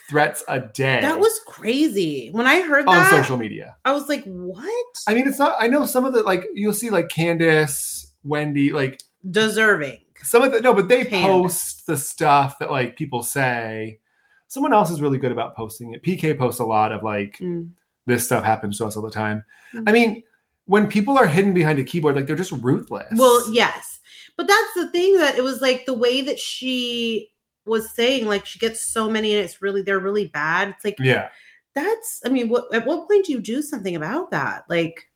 threats a day That was crazy. When I heard on that, social media. I was like, what? I mean, it's not. I know some of the like you'll see like Candace, Wendy, like Deserving. some of the no, but they Candace. post the stuff that like people say. Someone else is really good about posting it. PK posts a lot of like Mm. this stuff happens to us all the time. Mm. I mean, when people are hidden behind a keyboard, like they're just ruthless. Well, yes. But that's the thing that it was like the way that she was saying, like, she gets so many and it's really, they're really bad. It's like, yeah, that's i mean what at what point do you do something about that like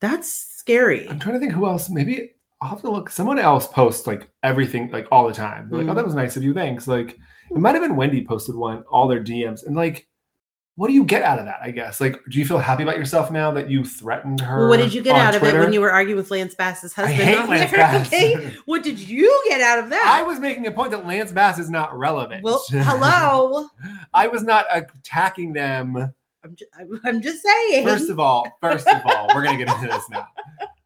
that's scary I'm trying to think who else. Maybe I'll have to look. Someone else posts like everything, like all the time. They're Like, oh, Mm. that was nice of you. Thanks. Like, it might have been Wendy posted one, all their DMs. And like, what do you get out of that? I guess. Like, do you feel happy about yourself now that you threatened her? what did you get on out of it Twitter? when you were arguing with lance bass's I husband hate on Lance there? [laughs] Bass. Okay? what did you get out of I that was making a point that Lance Bass is not relevant. [laughs] well hello I was not attacking them. I'm just, I'm just saying First of all, first of all, we're gonna get into this now.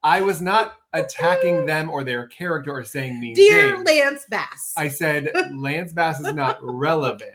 I was not attacking them or their character or saying mean dear things. lance bass I said Lance Bass is not relevant.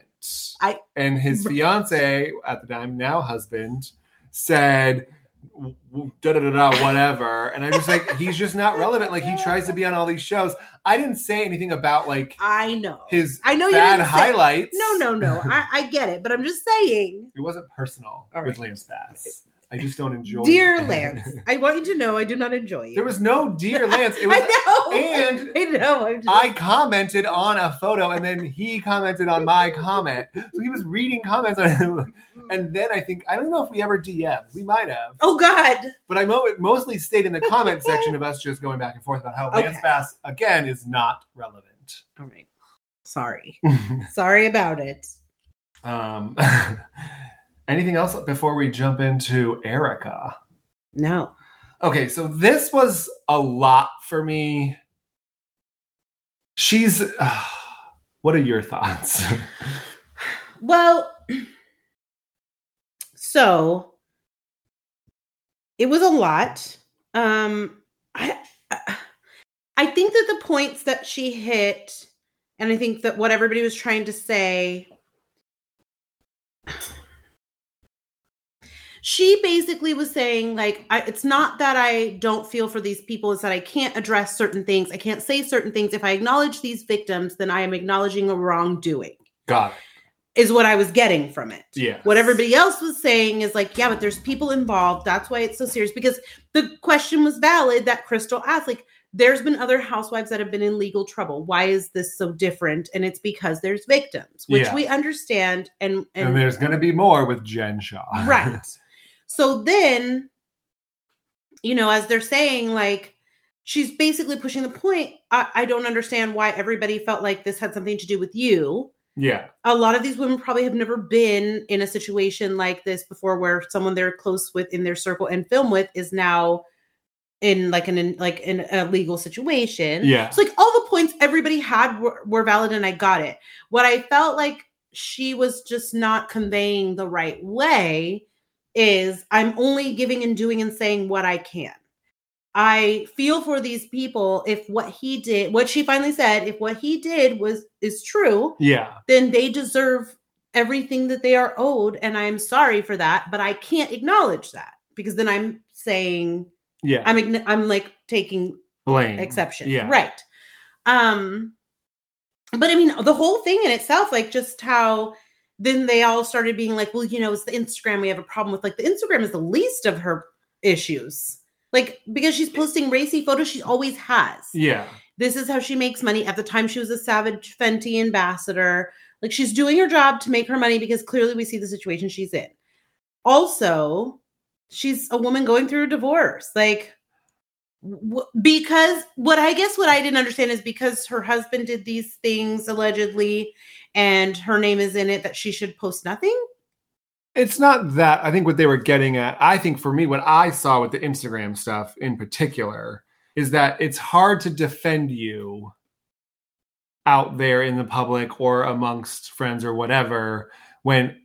I- and his fiance at the time, now husband, said w- w- da da da da whatever. And I'm just like, he's just not relevant. Like he tries to be on all these shows. I didn't say anything about like I know his i know Oh, you bad didn't say- highlights. no no no [laughs] I, I get it but i'm just saying It wasn't personal All with right. Lance Bass. I just don't enjoy dear it. lance i want you to know i do not enjoy [laughs] you there was no [laughs] dear Lance. It was i know and [laughs] i know i'm just [laughs] I commented on a photo and then he commented on my comment. So he was reading comments on [laughs] And then I think I don't know if we ever DM'd. We might have, Oh God. but I mo- it mostly stayed in the [laughs] comment section of us just going back and forth about how Okay. Lance Bass again is not [laughs] relevant. All right. Sorry. Sorry about it. um, [laughs] anything else before we jump into Erica? No. Okay, so this was a lot for me. She's. [sighs] what are your thoughts? [laughs] Well, so it was a lot. Um, I I think that the points that she hit, and I think that what everybody was trying to say, she basically was saying like, I, it's not that I don't feel for these people; it's that I can't address certain things, I can't say certain things. If I acknowledge these victims, then I am acknowledging a wrongdoing Got is what I was getting from it. it. Yeah. What everybody else was saying is like, yeah, but there's people involved. That's why it's so serious because the question was valid that Crystal asked. Like, there's been other housewives that have been in legal trouble. Why is this so different? And it's because there's victims, which Yeah. we understand. And And, and, there's going to be more with Jen Shaw. right. So then, you know, as they're saying, like, she's basically pushing the point. I, I don't understand why everybody felt like this had something to do with you yeah. a lot of these women probably have never been in a situation like this before where someone they're close with in their circle and film with is now in like an in, like in a legal situation Yeah. so like all the points everybody had were, were valid and i got it what i felt like she was just not conveying the right way is i'm only giving and doing and saying what i can i feel for these people if what he did what she finally said if what he did was is true Yeah. then they deserve everything that they are owed. And I'm sorry for that, but I can't acknowledge that because then I'm saying Yeah. I'm ign- I'm like taking Blame. exception. Yeah. Right. Um but I mean the whole thing in itself, like just how then they all started being like, well, you know, it's the Instagram we have a problem with. Like the Instagram is the least of her issues. Like because she's posting racy photos, she always has Yeah. this is how she makes money. At the time, she was a Savage Fenty ambassador. Like she's doing her job to make her money because clearly we see the situation she's in. Also, she's a woman going through a divorce. Like, w- because what I guess what I didn't understand is because her husband did these things allegedly and her name is in it, that she should post nothing. It's not that. I think what they were getting at, I think for me, what I saw with the Instagram stuff in particular is that it's hard to defend you out there in the public or amongst friends or whatever when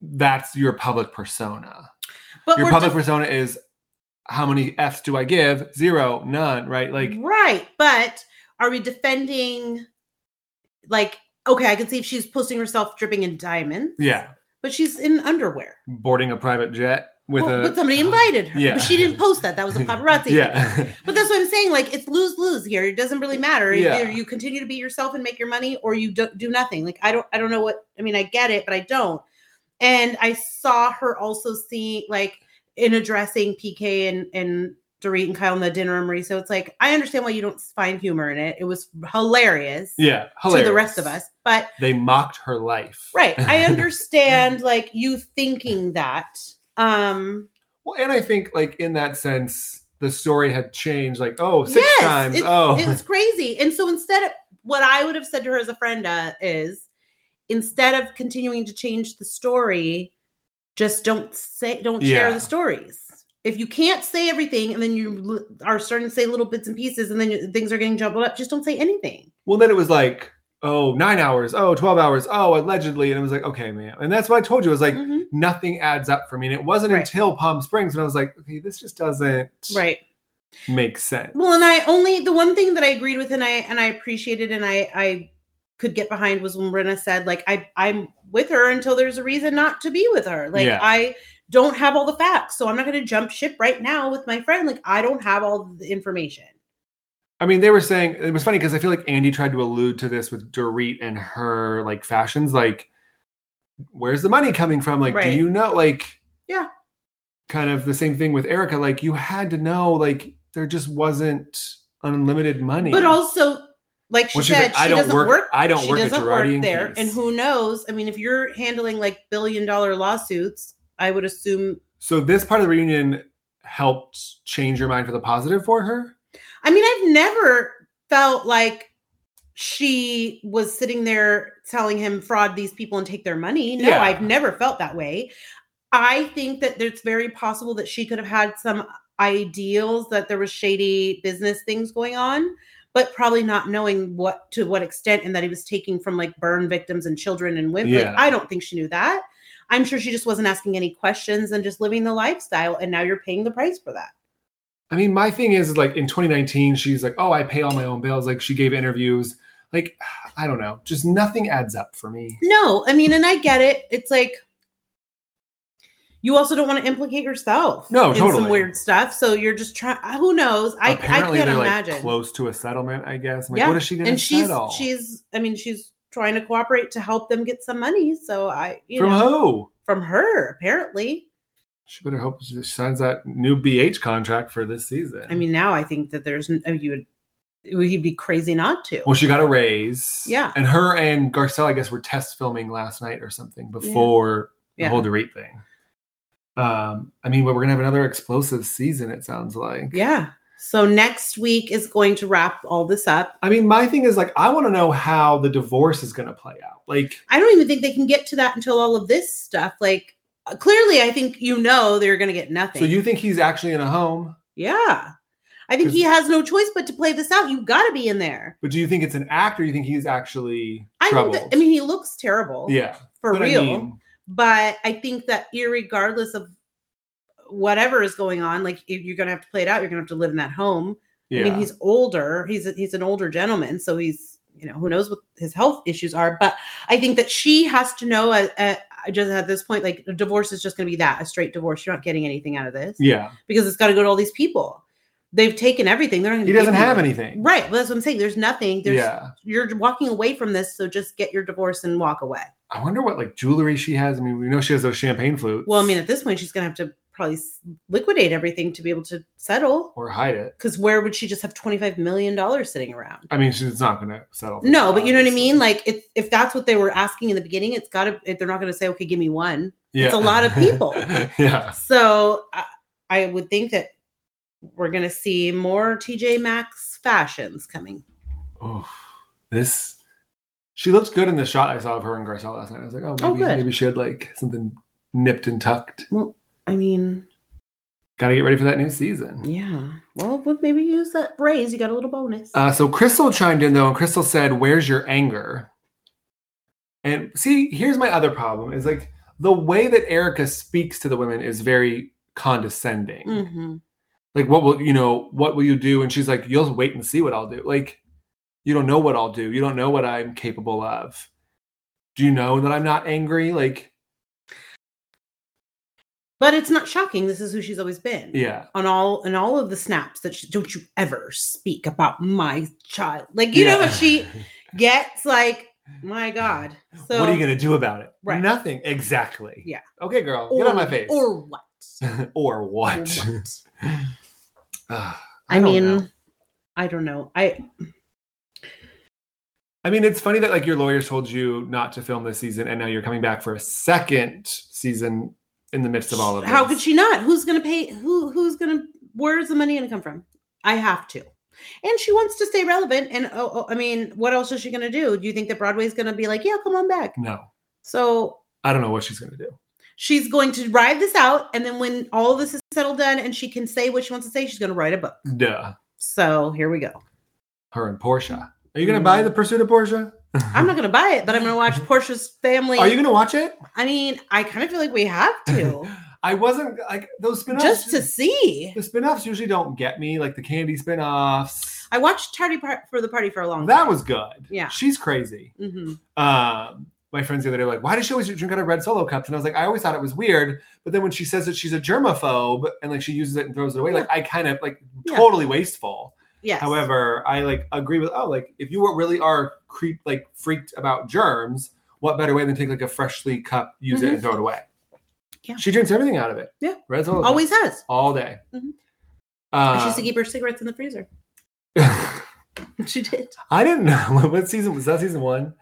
that's your public persona. But your we're public just- persona is how many F's do I give? Zero, none, right? Like, right but are we defending like okay i can see if she's posting herself dripping in diamonds yeah, but she's in underwear boarding a private jet with Well, a. but somebody invited her yeah. but she didn't post that that [laughs] was a paparazzi Yeah. but that's what i'm saying like it's lose-lose here it doesn't really matter Either Yeah. you continue to be yourself and make your money or you do, do nothing like i don't i don't know what i mean i get it but i don't and i saw her also seeing like in addressing pk and and Dorit and Kyle in the dinner room, so it's like I understand why you don't find humor in it. It was hilarious, [laughs] yeah. to hilarious. the rest of us, but They mocked her life. [laughs] Right. I understand like you thinking that. Um Well, and I think like in that sense, the story had changed. Like, oh, six Yes, times. it's- oh, it was crazy. And so instead of what I would have said to her as a friend uh, is instead of continuing to change the story, just don't say don't share Yeah. the stories. If you can't say everything and then you l- are starting to say little bits and pieces and then you, things are getting jumbled up, just don't say anything. [laughs] well, then it was like, oh, nine hours. Oh, 12 hours. Oh, allegedly. And it was like, okay, man. And that's what I told you. It was like, Mhm. nothing adds up for me. And it wasn't Right. until Palm Springs when I was like, okay, this just doesn't Right. make sense. Well, and I only the one thing that I agreed with and I and I appreciated and I I could get behind was when Brenna said like I I'm with her until there's a reason not to be with her. Like Yeah. I don't have all the facts, so I'm not going to jump ship right now with my friend. Like I don't have all the information. I mean, they were saying it was funny because I feel like Andy tried to allude to this with Dorit and her like fashions. Like, where's the money coming from? Like, do Right. you know? Like, Yeah. kind of the same thing with Erica. Like, you had to know. Like, there just wasn't unlimited money. But also Like she Well, she's said, like, I she don't doesn't work- work. I don't she work at doesn't Girardi work and there, Case. and who knows? I mean, if you're handling like billion dollar lawsuits, I would assume. So this part of the reunion helped change your mind for the positive for her. I mean, I've never felt like she was sitting there telling him fraud these people and take their money. No, Yeah. I've never felt that way. I think that it's very possible that she could have had some ideals that there was shady business things going on, but probably not knowing what to what extent and that he was taking from like burn victims and children and women. Like, Yeah. I don't think she knew that. I'm sure she just wasn't asking any questions and just living the lifestyle. And now you're paying the price for that. I mean, my thing is, is like in 2019, she's like, "Oh, I pay all my own bills." Like she gave interviews. Like [sighs] I don't know, just nothing adds up for me. No, I mean, and I get it. It's like you also don't want to implicate yourself. No, in totally. some weird stuff. So you're just trying. Who knows? I Apparently, I they're can't imagine. like close to a settlement. I guess. I'm like, Yeah, what is she going and to she's settle she's. I mean, she's trying to cooperate to help them get some money. So I, you from know, who? from her apparently. She better hope she signs that new BH contract for this season. I mean, now I think that there's n- uh, you would it would- he'd be crazy not to. Well, she got a raise. Yeah. And her and Garcelle, I guess, were test filming last night or something before Yeah. the whole Dorit thing. Um, I mean, we're going to have another explosive season, it sounds like. yeah. So next week is going to wrap all this up. I mean, my thing is like, I want to know how the divorce is going to play out. Like, I don't even think they can get to that until all of this stuff. Like uh, clearly, I think you know they're going to get nothing. so you think he's actually in a home, yeah. I think he has no choice but to play this out. You got to be in there. but do you think it's an act or you think he's actually I think troubled? that, I mean, he looks terrible. yeah. for But I real. mean, but I think that irregardless of whatever is going on, like if you're going to have to play it out, you're going to have to live in that home. yeah. I mean, he's older. He's a, he's an older gentleman, so he's you know who knows what his health issues are. But I think that she has to know at, at just at this point, like a divorce is just going to be that a straight divorce. You're not getting anything out of this yeah. because it's got to go to all these people. They've taken everything. They're not. gonna He give doesn't you- have anything. Right. Well, that's what I'm saying. There's nothing. There's Yeah. you're walking away from this, so just get your divorce and walk away. I wonder what like jewelry she has. I mean, we know she has those champagne flutes. Well, I mean, at this point, she's going to have to probably s- liquidate everything to be able to settle. or hide it. Because where would she just have twenty five million dollars sitting around? I mean, she's not going to settle. for No, that, but you know what I obviously. mean. Like, if if that's what they were asking in the beginning, it's got to. They're not going to say, "Okay, give me one." yeah. a lot of people. [laughs] yeah. So I, I would think that we're going to see more TJ Maxx fashions coming. Oof. This. She looks good in the shot I saw of her and Garcelle last night. I was like, oh, maybe, Oh, good. maybe she had like something nipped and tucked. I mean, Got to get ready for that new season. yeah. Well, but maybe use that raise. You got a little bonus. Uh, so Crystal chimed in though, and Crystal said, "Where's your anger?" And see, here's my other problem: is like the way that Erica speaks to the women is very condescending. hmm like what will you know what will you do and she's like you'll wait and see what i'll do like you don't know what i'll do you don't know what i'm capable of do you know that i'm not angry like But it's not shocking. This is who she's always been. yeah on all and all of the snaps that she, don't you ever speak about my child like you know Yeah. [sighs] what she gets like my god so [laughs] what are you gonna do about it Right. nothing exactly Yeah. okay girl or, get on my face or what or [laughs] Or what what? Ah, i, don't mean know. i don't know i i mean it's funny that like your lawyers told you not to film this season and now you're coming back for a second season in the midst of all of how this. could she not who's gonna pay who who's gonna where's the money gonna come from i have to and she wants to stay relevant and oh, oh i mean what else is she gonna do do you think that broadway's gonna be like yeah come on back no so i don't know what she's gonna do She's going to ride this out, and then when all this is settled down and she can say what she wants to say, she's going to write a book. duh So here we go. her and Portia. Are you Mm-hmm. gonna buy the Pursuit of Portia? I'm not going to buy it, but I'm going to [laughs] watch Portia's family. Are you gonna watch it? I mean, I kind of feel like we have [laughs] to I wasn't like those spin-offs. just to see. the spin-offs usually don't get me, like the candy spin-offs. I watched Tardy Part for the Party for a long That time. was good. Yeah. She's crazy. That was. hmm Um, my friends the other day were like, why does she always drink out of red solo cups? And I was like, I always thought it was weird. But then when she says that she's a germaphobe and like she uses it and throws it away, like I kind of like Yeah. totally wasteful. Yes. However, I like agree with oh, like if you really are creep like freaked about germs, what better way than take like a freshly cup, use it, and throw it away? Mm-hmm. Yeah. She drinks everything out of it. Yeah. Red Solo cup, always has. all day. Mhm. Uh, [laughs] she used to keep her cigarettes in the freezer. [laughs] She did. I didn't know [laughs] what season was that. Season one.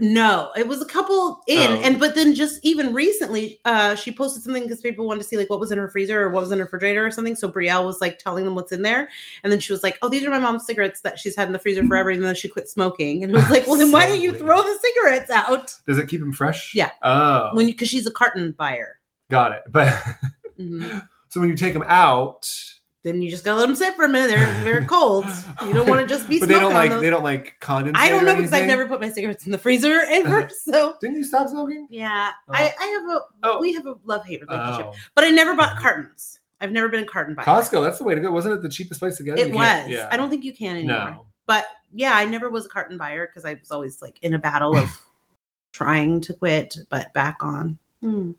No, it was a couple in, Oh. and but then just even recently, uh, she posted something because people wanted to see like what was in her freezer or what was in her refrigerator or something. So Brielle was like telling them what's in there, and then she was like, "Oh, these are my mom's cigarettes that she's had in the freezer forever, even though she quit smoking." And it was like, "Well, then why don't you So throw the cigarettes out Does it keep them fresh? Yeah. Oh, when because she's a carton buyer?" got it. But [laughs] Mhm. so when you take them out, Then you just gotta let them sit for a minute. They're they're cold. [sighs] You don't want to just [laughs] be. but they don't smoking on like those. they don't like condensate. I don't or know because I've anything? never put my cigarettes in the freezer ever. So Didn't you stop smoking? yeah, Oh. I, I have a Oh. we have a love hate relationship. Oh. But I never bought cartons. I've never been a carton buyer. Costco, that's the way to go. Wasn't it the cheapest place to get It You was. can't- Yeah. I don't think you can anymore. No. But yeah, I never was a carton buyer because I was always like in a battle [laughs] of trying to quit, but back on. Hmm.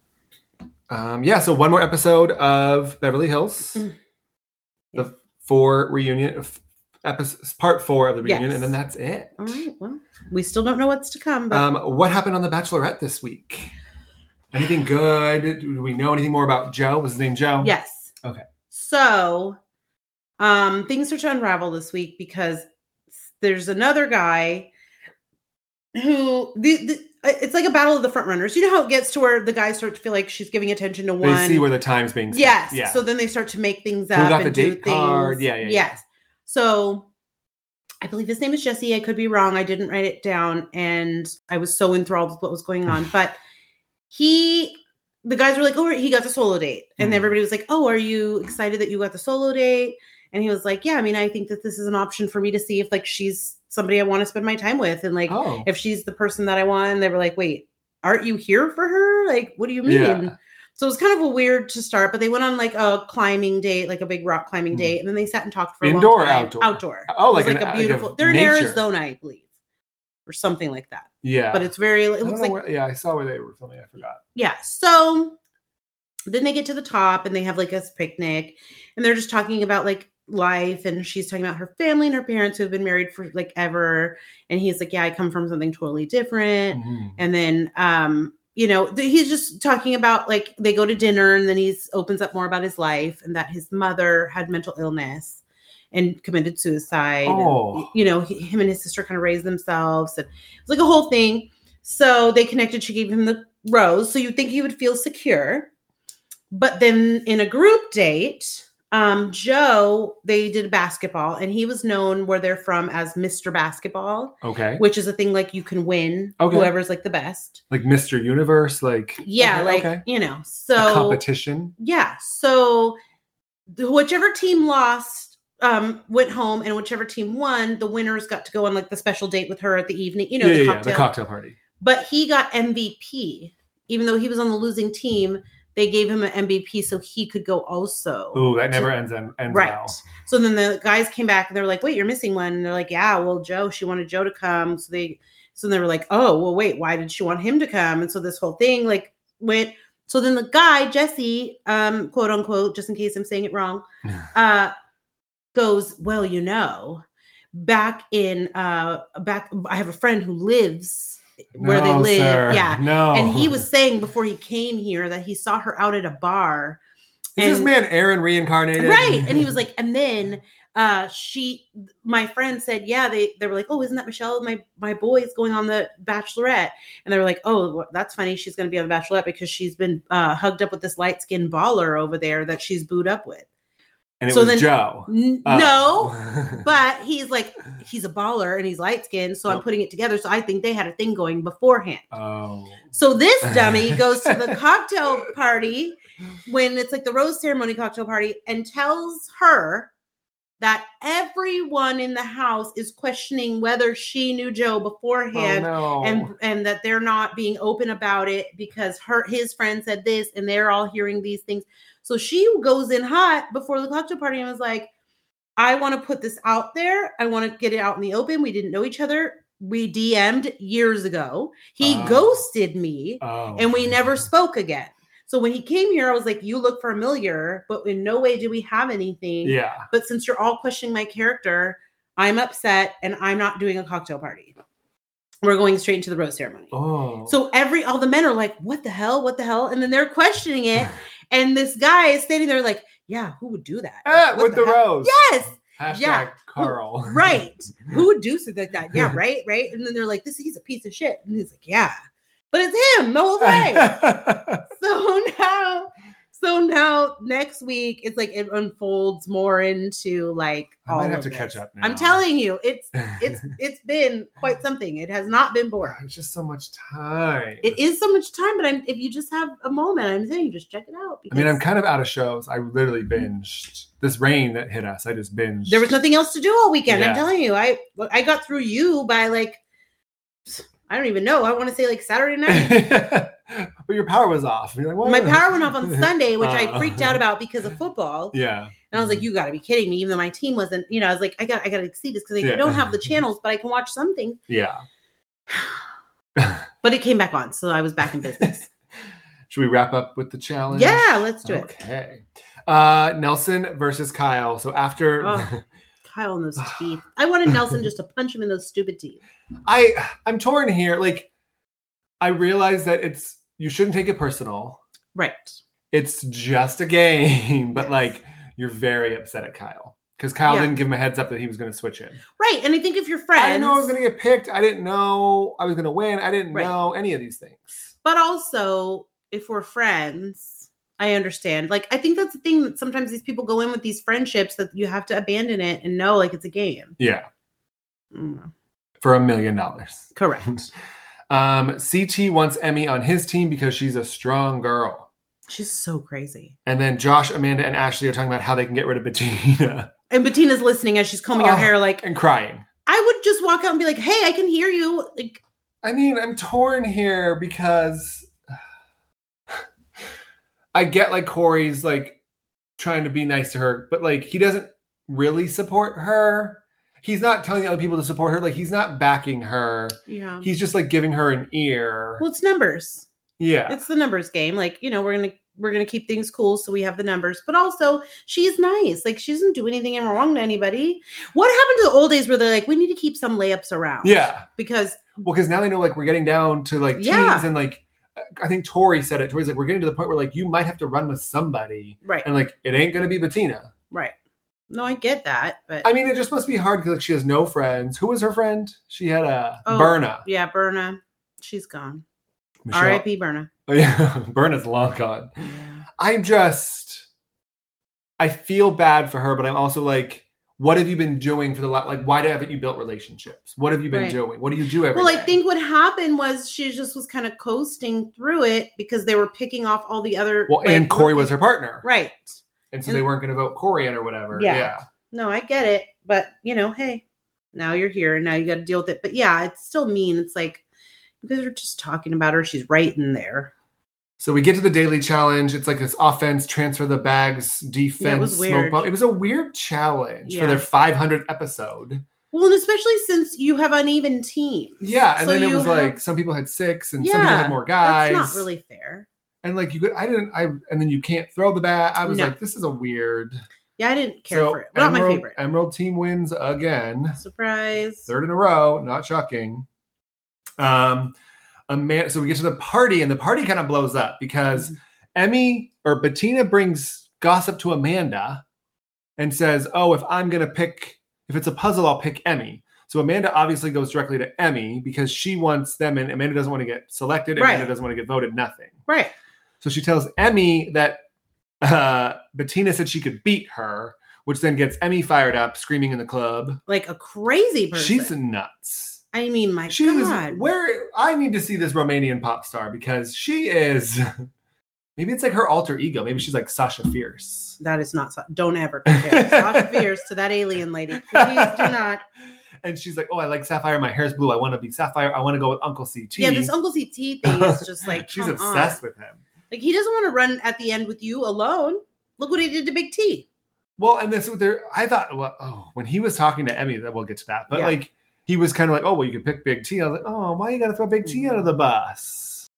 Um, yeah. So one more episode of Beverly Hills, Mm. Yeah. the four reunion f- episode, part four of the reunion, Yes. and then that's it. All right. Well, we still don't know what's to come, but Um, what happened on The Bachelorette this week? Anything good? Do we know anything more about Joe? Was his name Joe? yes. Okay. So um things are to unravel this week because there's another guy who the, the it's like a battle of the front runners. You know how it gets to where the guys start to feel like she's giving attention to They one. see where the time's being spent. Yes. Yeah. So then they start to make things Who up got the and do date things. card? Yeah, yeah, yeah. Yes. So I believe his name is Jesse. I could be wrong. I didn't write it down, and I was so enthralled with what was going [sighs] on. But he, the guys were like, "Oh, he got the solo date," and Mhm. everybody was like, "Oh, are you excited that you got the solo date?" And he was like, "Yeah, I mean, I think that this is an option for me to see if like she's somebody I want to spend my time with, and like oh. if she's the person that I want. And they were like, wait, aren't you here for her? Like, what do you mean? Yeah. So it was kind of a weird to start, but they went on like a climbing date, like a big rock climbing Hmm. date, and then they sat and talked for Indoor a or long time. outdoor? outdoor. Oh, It was like like an- a like a beautiful. they're nature. in Arizona, I believe, or something like that. yeah. But it's very. I It don't looks know like where- yeah, I saw where they were filming. I forgot. yeah. So then they get to the top and they have like a picnic and they're just talking about like life and she's talking about her family and her parents who have been married for like ever and he's like yeah I come from something totally different Mhm. and then um you know th- he's just talking about like they go to dinner and then he's opens up more about his life and that his mother had mental illness and committed suicide and, Oh. you know he, him and his sister kind of raised themselves and it's like a whole thing so they connected she gave him the rose so you'd think he would feel secure but then in a group date um joe they did basketball and he was known where they're from as mr basketball Okay. which is a thing like you can win Okay. whoever's like the best. Like Mr. Universe, like Yeah, okay, like okay. you know. A So competition. yeah, so th- whichever team lost um went home and whichever team won, the winners got to go on like the special date with her at the evening, you know, yeah, the, yeah, yeah, cocktail. the cocktail party. But he got MVP even though he was on the losing team, they gave him an MVP so he could go also. Ooh, that never ends in, ends Right. well. So then the guys came back and they're like, "Wait, you're missing one." And they're like, "Yeah, well, Joe, she wanted Joe to come." So they, so they were like, "Oh, well, wait, why did she want him to come?" And so this whole thing like went. So then the guy Jesse, um, quote unquote, just in case I'm saying it wrong, uh, goes, "Well, you know, back in uh, back, I have a friend who lives where they No, live, sir. yeah." No. And he was saying before he came here that he saw her out at a bar. Is this and- man Aaron reincarnated? Right. And he [laughs] was like, and then uh she my friend said, Yeah, they they were like, Oh, isn't that Michelle? My my boy is going on the Bachelorette. And they were like, Oh, well, that's funny, she's gonna be on the Bachelorette because she's been uh hugged up with this light skinned baller over there that she's booed up with. and it so was then- Joe. N- No, Oh. but he's like, he's a baller and he's light skinned, so I'm Oh. putting it together. So I think they had a thing going beforehand. [laughs] Oh. So this dummy goes to the cocktail party when it's like the rose ceremony cocktail party and tells her that everyone in the house is questioning whether she knew Joe beforehand oh, no. and and that they're not being open about it because her his friend said this and they're all hearing these things. So she goes in hot before the cocktail party and was like, I want to put this out there. I want to get it out in the open. We didn't know each other. We DM'd years ago. He Oh. ghosted me Oh. and we never spoke again. So when he came here, I was like, "You look familiar, but in no way do we have anything." Yeah. But since you're all questioning my character, I'm upset, and I'm not doing a cocktail party. We're going straight into the rose ceremony. Oh. So every all the men are like, "What the hell? What the hell?" And then they're questioning it, and this guy is standing there like, "Yeah, who would do that? Ah, Like, what with the, [laughs] hell?" rose. Yes. Hashtag Yeah. Carl. right. Who would do something like that? [laughs] Yeah, right, right. And then they're like, this he's a piece of shit. And he's like, yeah. But it's him [laughs] the whole [laughs] way. so now, so now next week it's like it unfolds more into like I all might have of to this. catch up now. [laughs] I'm telling you, it's [sighs] it's it's been quite something. It has not been boring. It's just so much time. It is so much time, but I'm if you just have a moment, I'm saying just check it out. I mean, I'm because kind of out of shows. I literally binged this rain that hit us. I just binged. there [laughs] was nothing else to do all weekend. Yeah. I'm telling you, I I got through you by like I don't even know. I want to say like [laughs] Saturday night. but your power was off. You're like, what? My power went off [laughs] on Sunday, which I Uh. freaked out about because of football. Yeah. And I was like, "You got to be kidding me!" Even though my team wasn't, you know, I was like, "I got, I got to see this because I Yeah. don't have the channels, but I can watch something." Yeah. But it came back on, so I was back [laughs] in business. Should we wrap up with the challenge? yeah, let's do it. Okay. Uh, Nelson versus Kyle. So after Oh. Kyle and those [sighs] teeth. I wanted Nelson just to punch him in those stupid teeth. I I'm torn here. Like I realize that it's you shouldn't take it personal. Right. It's just a game, but Yes. like you're very upset at Kyle because Kyle Yeah. didn't give him a heads up that he was going to switch in. Right. And I think if you're friends, I didn't know I was going to get picked. I didn't know I was going to win. I didn't Right. know any of these things. but also if we're friends, I understand. Like I think that's the thing that sometimes these people go in with these friendships that you have to abandon it and know like it's a game. Yeah, Mm, for a million dollars. [laughs] correct. Um, CT wants Emmy on his team because she's a strong girl. She's so crazy. And then Josh, Amanda, and Ashley are talking about how they can get rid of Bettina And Bettina's listening as she's combing her Oh. hair, [laughs] like, and crying. I would just walk out and be like, hey, I can hear you. Like, I mean, I'm torn here because I get like Corey's like trying to be nice to her, but like he doesn't really support her. He's not telling other people to support her. Like he's not backing her. yeah. He's just like giving her an ear. Well, it's numbers. yeah. It's the numbers game. Like, you know, we're gonna we're gonna keep things cool so we have the numbers. But also, she's nice. Like she doesn't do anything wrong to anybody. What happened to the old days where they're like, we need to keep some layups around? Yeah. Because Well, because now they know like we're getting down to like teens Yeah. and like I think Tori said it. Tori's like, we're getting to the point where like you might have to run with somebody right, and like it ain't gonna be Bettina. right. No, I get that, but I mean, it just must be hard because like, she has no friends. Who was her friend? She had a Oh. Berna. yeah, Berna, she's gone. Michelle. R.I.P. Berna. Oh, yeah, [laughs] Berna's long gone. I'm just, I feel bad for her, but I'm also like, what have you been doing for the last? Like, why haven't you built relationships? What have you been Right. doing? What do you do every? Well, I day? think what happened was she just was kind of coasting through it because they were picking off all the other. Well, like, and Corey was her partner, right. and so and- they weren't going to vote Corey in or whatever. Yeah. Yeah. No, I get it, but you know, hey, now you're here and now you got to deal with it. But yeah, it's still mean. It's like you guys are just talking about her. She's right in there. So we get to the daily challenge. It's like this offense, transfer the bags, defense, was smoke weird. bomb. It was a weird challenge Yeah. for their 500th episode. Well, and especially since you have uneven teams. Yeah, and So then it you was have- like some people had six and some people Yeah, had more guys. That's not really fair. and like you could i didn't i and then you can't throw the bat i was No. like this is a weird Yeah, I didn't care So, for it. Not my emerald, favorite. emerald team wins again Surprise. third in a row not shocking um a man so we get to the party and the party kind of blows up because emmy or bettina brings gossip to amanda and says oh if i'm gonna pick if it's a puzzle i'll pick emmy so amanda obviously goes directly to emmy because she wants them and amanda doesn't want to get selected Right. amanda doesn't want to get voted nothing Right. so she tells Emmy that uh, Bettina said she could beat her, which then gets Emmy fired up, screaming in the club. Like a crazy person. She's nuts. I mean, my She God. is where I need to see this Romanian pop star because she is. [laughs] Maybe it's like her alter ego. Maybe she's like Sasha Fierce. that is not. Sa- Don't ever [laughs] compare Sasha Fierce to that alien lady. Please do not. And she's like, "Oh, I like Sapphire. My hair's blue. I want to be Sapphire. I want to go with Uncle CT." Yeah, this Uncle CT thing is just like [laughs] she's come obsessed on. with him. Like he doesn't want to run at the end with you alone. Look what he did to Big T. Well, and this there, I thought, well, oh, when he was talking to Emmy, that we'll get to that, but Yeah. like he was kind of like, oh, well, you could pick Big T. I was like, oh, why you gotta throw Big T out of the bus?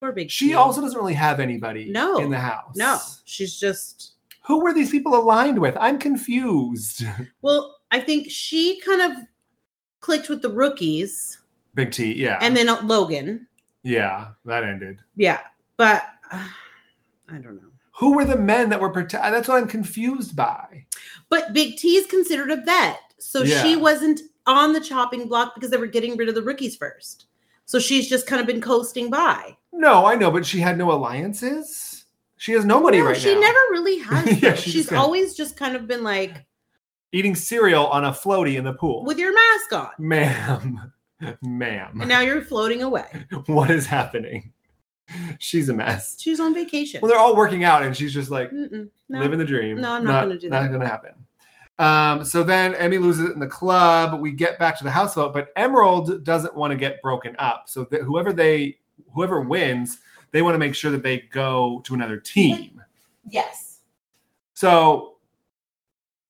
Poor Mm-hmm. Big She T. also doesn't really have anybody No. in the house. no. She's just Who were these people aligned with? I'm confused. well. I think she kind of clicked with the rookies, Big T, yeah. and then uh, Logan. yeah, that ended. Yeah, but uh, I don't know. Who were the men that were protect? That's what I'm confused by. But Big T is considered a vet. So Yeah. she wasn't on the chopping block because they were getting rid of the rookies first. So she's just kind of been coasting by. No, I know, but she had no alliances. She has nobody No, right she now. never [laughs] really has. Yeah, though. she's she's just kinda- always just kind of been like, eating cereal on a floaty in the pool. with your mask on. ma'am, [laughs] And ma'am, [laughs] now you're floating away. what is happening? She's a mess. She's on vacation. Well, they're all working out, and she's just like Mm-mm, no. living the dream. No, I'm not gonna do Not that. gonna happen. Um, so then Emmy loses it in the club. We get back to the house vote, but Emerald doesn't want to get broken up. So that whoever they whoever wins, they want to make sure that they go to another team. yes. So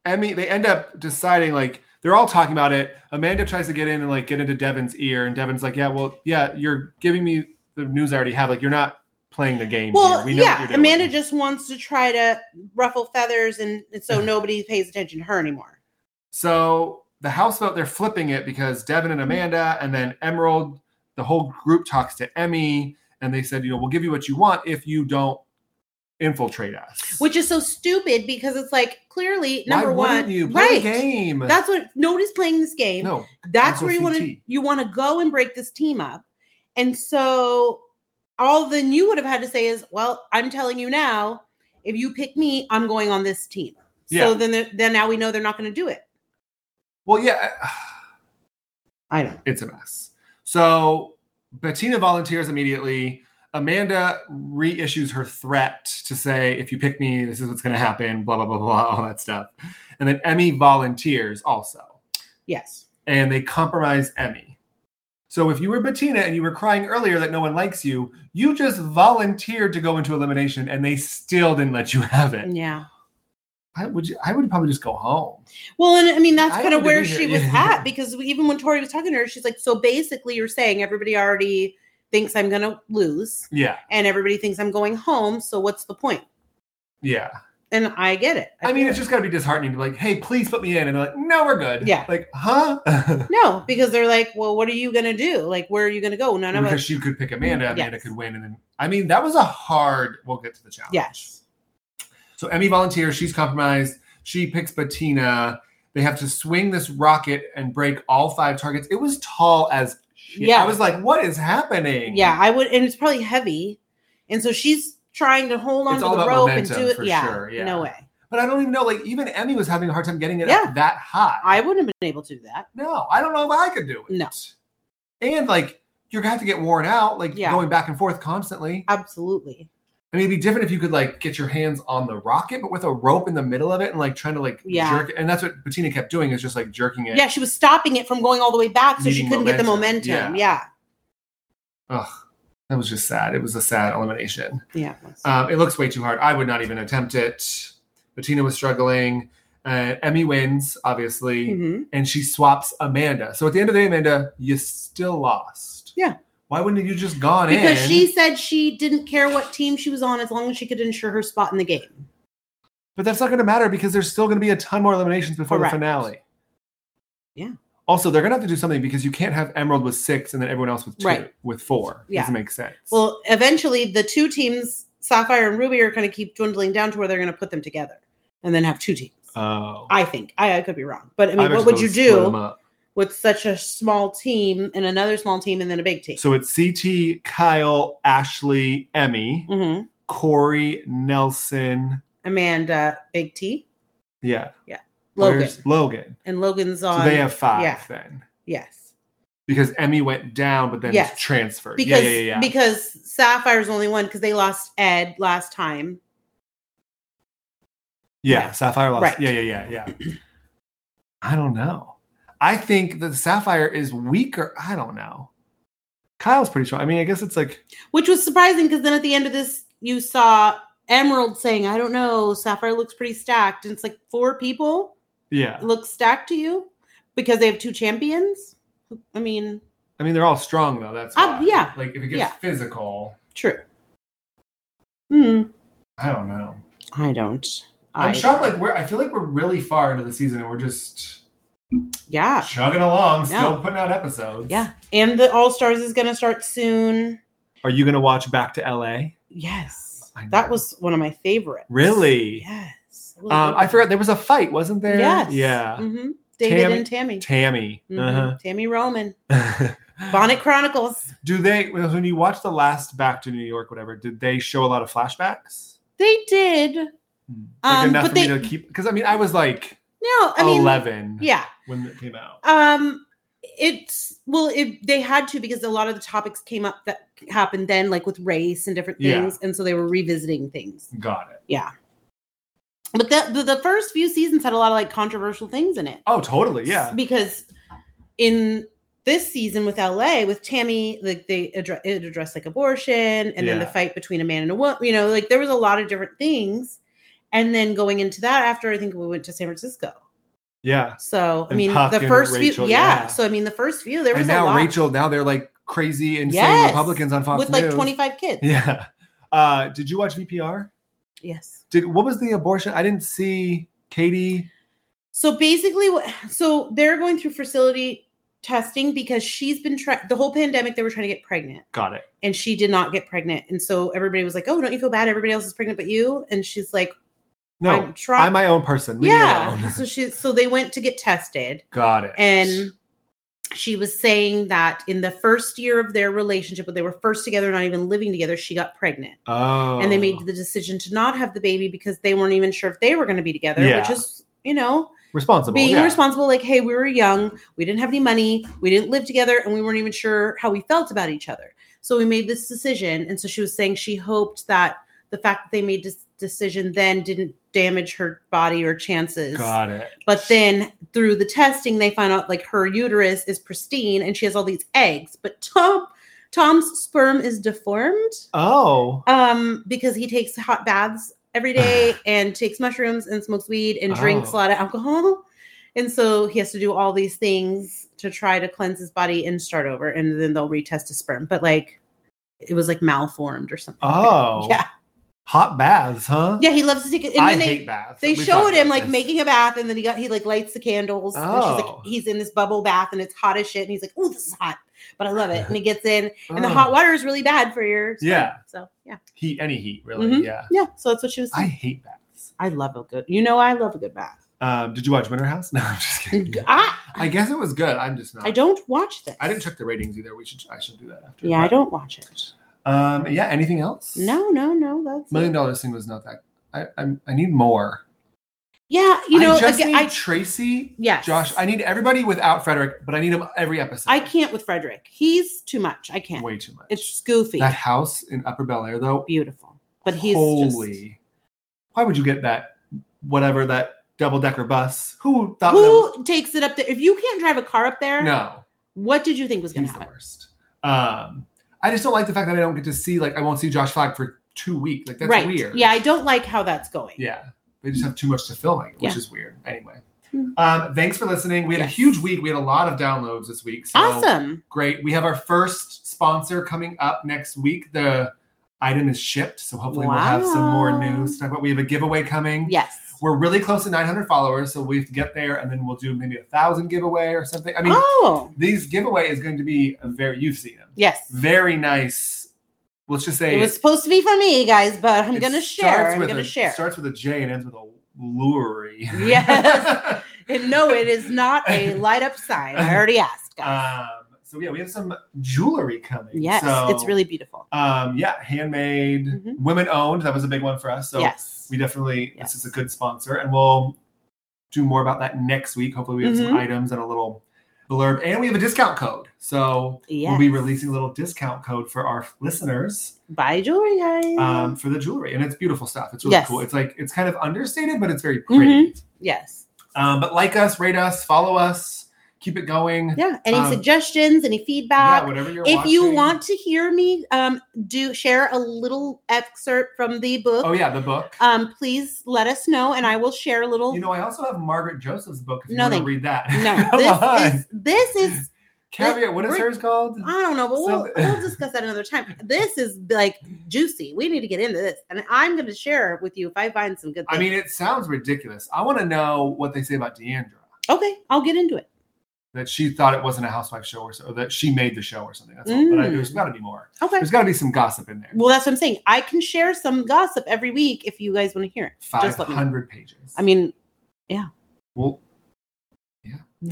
Emmy, they end up deciding like they're all talking about it. Amanda tries to get in and like get into Devin's ear, and Devin's like, "Yeah, well, yeah, you're giving me the news I already have. Like, you're not playing the game. Well, here. We know what yeah. you're doing." Amanda just wants to try to ruffle feathers, and, and so nobody pays attention to her anymore. So the house vote, they're flipping it because Devin Hmm. and Amanda, and then Emerald, the whole group talks to Emmy, and they said, you know, we'll give you what you want if you don't infiltrate us. Which is so stupid because it's like clearly number Why wouldn't one, you play the right? game? That's what nobody's playing this game. no, That's Uncle where you want to CT. you want to go and break this team up. And so all then you would have had to say is, well, I'm telling you now, if you pick me, I'm going on this team. Yeah. So then they're- then now we know they're not going to do it. well, yeah, I know. it's a mess. So Bettina volunteers immediately. Amanda reissues her threat to say, if you pick me, this is what's going to happen, blah, blah, blah, blah, all that stuff. And then Emmy volunteers also. Yes. and they compromise Emmy. So if you were Bettina and you were crying earlier that no one likes you, you just volunteered to go into elimination and they still didn't let you have it. Yeah. I would you, I would probably just go home. Well, and I mean that's I kind of would've where either, she was yeah. at because even when Tori was talking to her, she's like, "So basically, you're saying everybody already thinks I'm going to lose, Yeah. and everybody thinks I'm going home. So what's the point?" Yeah. And I get it. I mean, feel it's just gotta be disheartening to be like, hey, please put me in. And they're like, no, we're good. Yeah. Like, huh? [laughs] No, because they're like, well, what are you gonna do? Like, where are you gonna go? None of us. because you could pick Amanda, Amanda Yes. could win. And then I mean, that was a hard we'll get to the challenge. Yes. So Emmy volunteers. She's compromised. She picks Bettina. They have to swing this rocket and break all five targets. It was tall as shit. Yeah. I was like, what is happening? Yeah, I would, and it's probably heavy, and so she's trying to hold on It's to all the about rope and momentum do it. for yeah, sure, yeah. No way. But I don't even know. Like, even Emmy was having a hard time getting it Yeah. up that high. I wouldn't have been able to do that. no, I don't know if I could do it. No. And like, you're gonna have to get worn out, like Yeah. going back and forth constantly. Absolutely. I mean, it'd be different if you could like get your hands on the rocket, but with a rope in the middle of it and like trying to like Yeah. jerk. it. And that's what Bettina kept doing is just like jerking it. Yeah, she was stopping it from going all the way back, so she Needing couldn't get the momentum. momentum. Yeah. Ugh, that was just sad. It was a sad elimination. Yeah. Um, it looks way too hard. I would not even attempt it. Bettina was struggling. Uh, Emmy wins, obviously, hmm and she swaps Amanda. So at the end of the day, Amanda, you still lost. Yeah. Why wouldn't you just gone in? Because she said she didn't care what team she was on as long as she could ensure her spot in the game. But that's not going to matter because there's still going to be a ton more eliminations before Correct. the finale. Yeah. Also, they're going to have to do something because you can't have Emerald with six and then everyone else with two, Right. with four. Yeah. Doesn't make sense. Well, eventually, the two teams, Sapphire and Ruby, are going to keep dwindling down to where they're going to put them together, and then have two teams. oh. I think I, I could be wrong, but I mean, I'm what just would gonna you split 'em do up. with such a small team and another small team and then a big team? So it's CT, Kyle, Ashley, Emmy, hmm Corey, Nelson. Amanda, Big T, Yeah. Logan, Where's Logan? and Logan's So on. they have five yeah. then. yes, Because Emmy went down, but then Yes. transferred. because yeah, yeah, yeah. because Sapphire's only one because they lost Ed last time. yeah, Sapphire lost. Right. Yeah, yeah, yeah, yeah. I don't know. I think that Sapphire is weaker. I don't know. Kyle's pretty strong. I mean, I guess it's like which was surprising because then at the end of this, you saw Emerald saying, "I don't know, Sapphire looks pretty stacked," and it's like four people yeah. look stacked to you because they have two champions. I mean, I mean, they're all strong though. That's Uh, why. yeah. Like if it gets Yeah. physical, true. Hmm. I don't know. I don't. I'm shocked. Like we're, I feel like we're really far into the season, and we're just yeah, chugging along, No. still putting out episodes. yeah. And the All Stars is going to start soon. Are you gonna watch Back to LA? Yes. I That know. was one of my favorites. really. Yes. Um, I forgot there was a fight, wasn't there? Yes. Yeah. hmm David Tammy- and Tammy. Tammy. Mhm. Tammy Roman. Uh-huh. [laughs] Bonnet Chronicles. Do they when you watch the last Back to New York, whatever? Did they show a lot of flashbacks? Hmm. They did. Like Um, enough but for they- me to keep because I mean I was like No, I mean, eleven yeah. when it came out. Um, it's well, it, they had to because a lot of the topics came up that happened then, like with race and different Yeah. things, and so they were revisiting things. Got it. But the, the the first few seasons had a lot of like controversial things in it. Oh, totally. Yeah. because in this season with LA with Tammy, like they address it addressed like abortion and then the Yeah. fight between a man and a woman, you know, like there was a lot of different things. And then going into that after I think we went to San Francisco. Yeah. So I And mean Puck the and first Rachel, few yeah. yeah. So I mean the first few there was And a now lot Rachel, now they're like crazy insane Yes. Republicans on Fox with like News. 25 kids. [laughs] Yeah. Uh, did you watch VPR? Yes. Did what was the abortion? I didn't see Katie. So basically, what so they're going through facility testing because she's been trying the whole pandemic they were trying to get pregnant. Got it. and she did not get pregnant. And so everybody was like, "Oh, don't you feel bad? Everybody else is pregnant but you." And she's like, No, "I'm I'm, trying." my own person. Leave me yeah. alone. [laughs] so she so they went to get tested, Got it. and she was saying that in the first year of their relationship, when they were first together, not even living together, she got pregnant. oh, And they made the decision to not have the baby because they weren't even sure if they were going to be together, Yeah. which is, you know, responsible. being yeah. responsible. Like, hey, we were young, we didn't have any money, we didn't live together, and we weren't even sure how we felt about each other. So we made this decision. And so she was saying she hoped that the fact that they made this decision then didn't damage her body or chances. Got it. But then through the testing, they found out like her uterus is pristine and she has all these eggs, but Tom Tom's sperm is deformed Oh, um, because he takes hot baths [sighs] every day and takes mushrooms and smokes weed and drinks a Oh. lot of alcohol. And so he has to do all these things to try to cleanse his body and start over. And then they'll retest his sperm. But like, it was like malformed or something. oh, [laughs] Yeah. Hot baths, huh? Yeah. He loves to take it. And I then they, hate baths. they We've showed talked him about like this. making a bath and then he got, he like lights the candles. And she's like, Oh. he's in this bubble bath and it's hot as shit. And he's like, oh, this is hot. But I love it. And he gets in and the Ugh. hot water is really bad for your. sperm. Oh. Yeah. So yeah. heat, any heat, really. Mhm. Yeah, Yeah. So that's what she was I saying. hate baths. I love a good. You know, I love a good bath. Um, did you watch Winter House? [laughs] No, I'm just kidding. [laughs] I I guess it was good. I'm just not. I don't watch this. I didn't check the ratings either. We should. I should do that after. Yeah, I but- don't watch it. Um, yeah. Anything else? No, no, no. That's Million it. Dollar Scene was not that. I I'm, I need more. Yeah, you know, I just again, need I Tracy, yes, Josh. I need everybody without Frederick, but I need him every episode. I can't with Frederick. He's too much. I can't. Way too much. It's goofy, that house in Upper Bel Air though. beautiful, but he's holy. Just, Why would you get that? Whatever that double decker bus. Who thought? who takes it up there? If you can't drive a car up there, That, no, what did you think was going to he's the happen? worst. Um, I just don't like the fact that I don't get to see like I won't see Josh Flagg for two weeks. Like that's right? weird. Yeah, I don't like how that's going. Yeah. They just have too much to film, like, Yeah. which is weird. Anyway. Hmm. Um, thanks for listening. We had Yes. a huge week. We had a lot of downloads this week. So Awesome. great. We have our first sponsor coming up next week. The item is shipped. So hopefully we'll have some more Wow. news. to talk about. We have a giveaway coming. Yes. We're really close to 900 followers. So we have to get there and then we'll do maybe a thousand giveaway or something. I mean, oh these giveaway is going to be a very, you've seen them, yes. very nice. Let's just say It was supposed to be for me, guys, but I'm it going to share. starts I'm with going to a- share. Starts with a J and ends with a lury. [laughs] Yes. And no, it is not a light up sign. I already asked, guys. um, so yeah, we have some jewelry coming. yes, So, it's really beautiful. um, yeah, handmade, Mhm. women owned. That was a big one for us. So yes. we definitely Yes. this is a good sponsor, and we'll do more about that next week. Hopefully, we have Mhm. some items and a little blurb, and we have a discount code. So Yes. we'll be releasing a little discount code for our listeners. Buy jewelry, guys. um, for the jewelry, and it's beautiful stuff. It's really Yes. cool. It's like it's kind of understated, but it's very pretty. yes. Um, but like us, rate us, follow us, keep it going. Yeah. Any um, suggestions? Any Yeah, feedback? whatever you're. if you watching. want to hear me um, do share a little excerpt from the book, Oh yeah, the book. um, please let us know, and I will share a little. you know, I also have Margaret Joseph's book. If you No, want to thank- read that. [laughs] no, [laughs] Come on. this is this is caviar. What is we're- hers called? I don't know, but we'll, Some- we'll discuss that another time. This is like juicy. We need to get into this, and I'm going to share with you if I find some good. Things. I mean, it sounds ridiculous. I want to know what they say about Deandra. okay, I'll get into it. that she thought it wasn't a housewife show or, so, or that she made the show or something. That's all. But I, Mm. there's got to be more. Okay. There's got to be some gossip in there. Well, that's what I'm saying. I can share some gossip every week if you guys want to hear it. Five Just let me. know. hundred pages. I mean, well,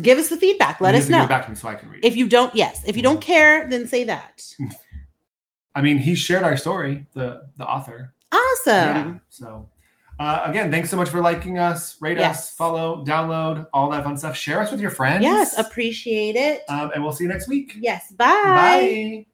give us the feedback. Let you have us to give know. it back to me so I can read. it. If you don't, yes. If you don't care, then say that. Mm. I mean, he shared our story, the the author. Awesome. yeah. So, uh, again, thanks so much for liking us, rate us, Yes. follow, download, all that fun stuff. Share us with your friends. Uh, Yes, appreciate it. um, and we'll see you next week. yes, Bye.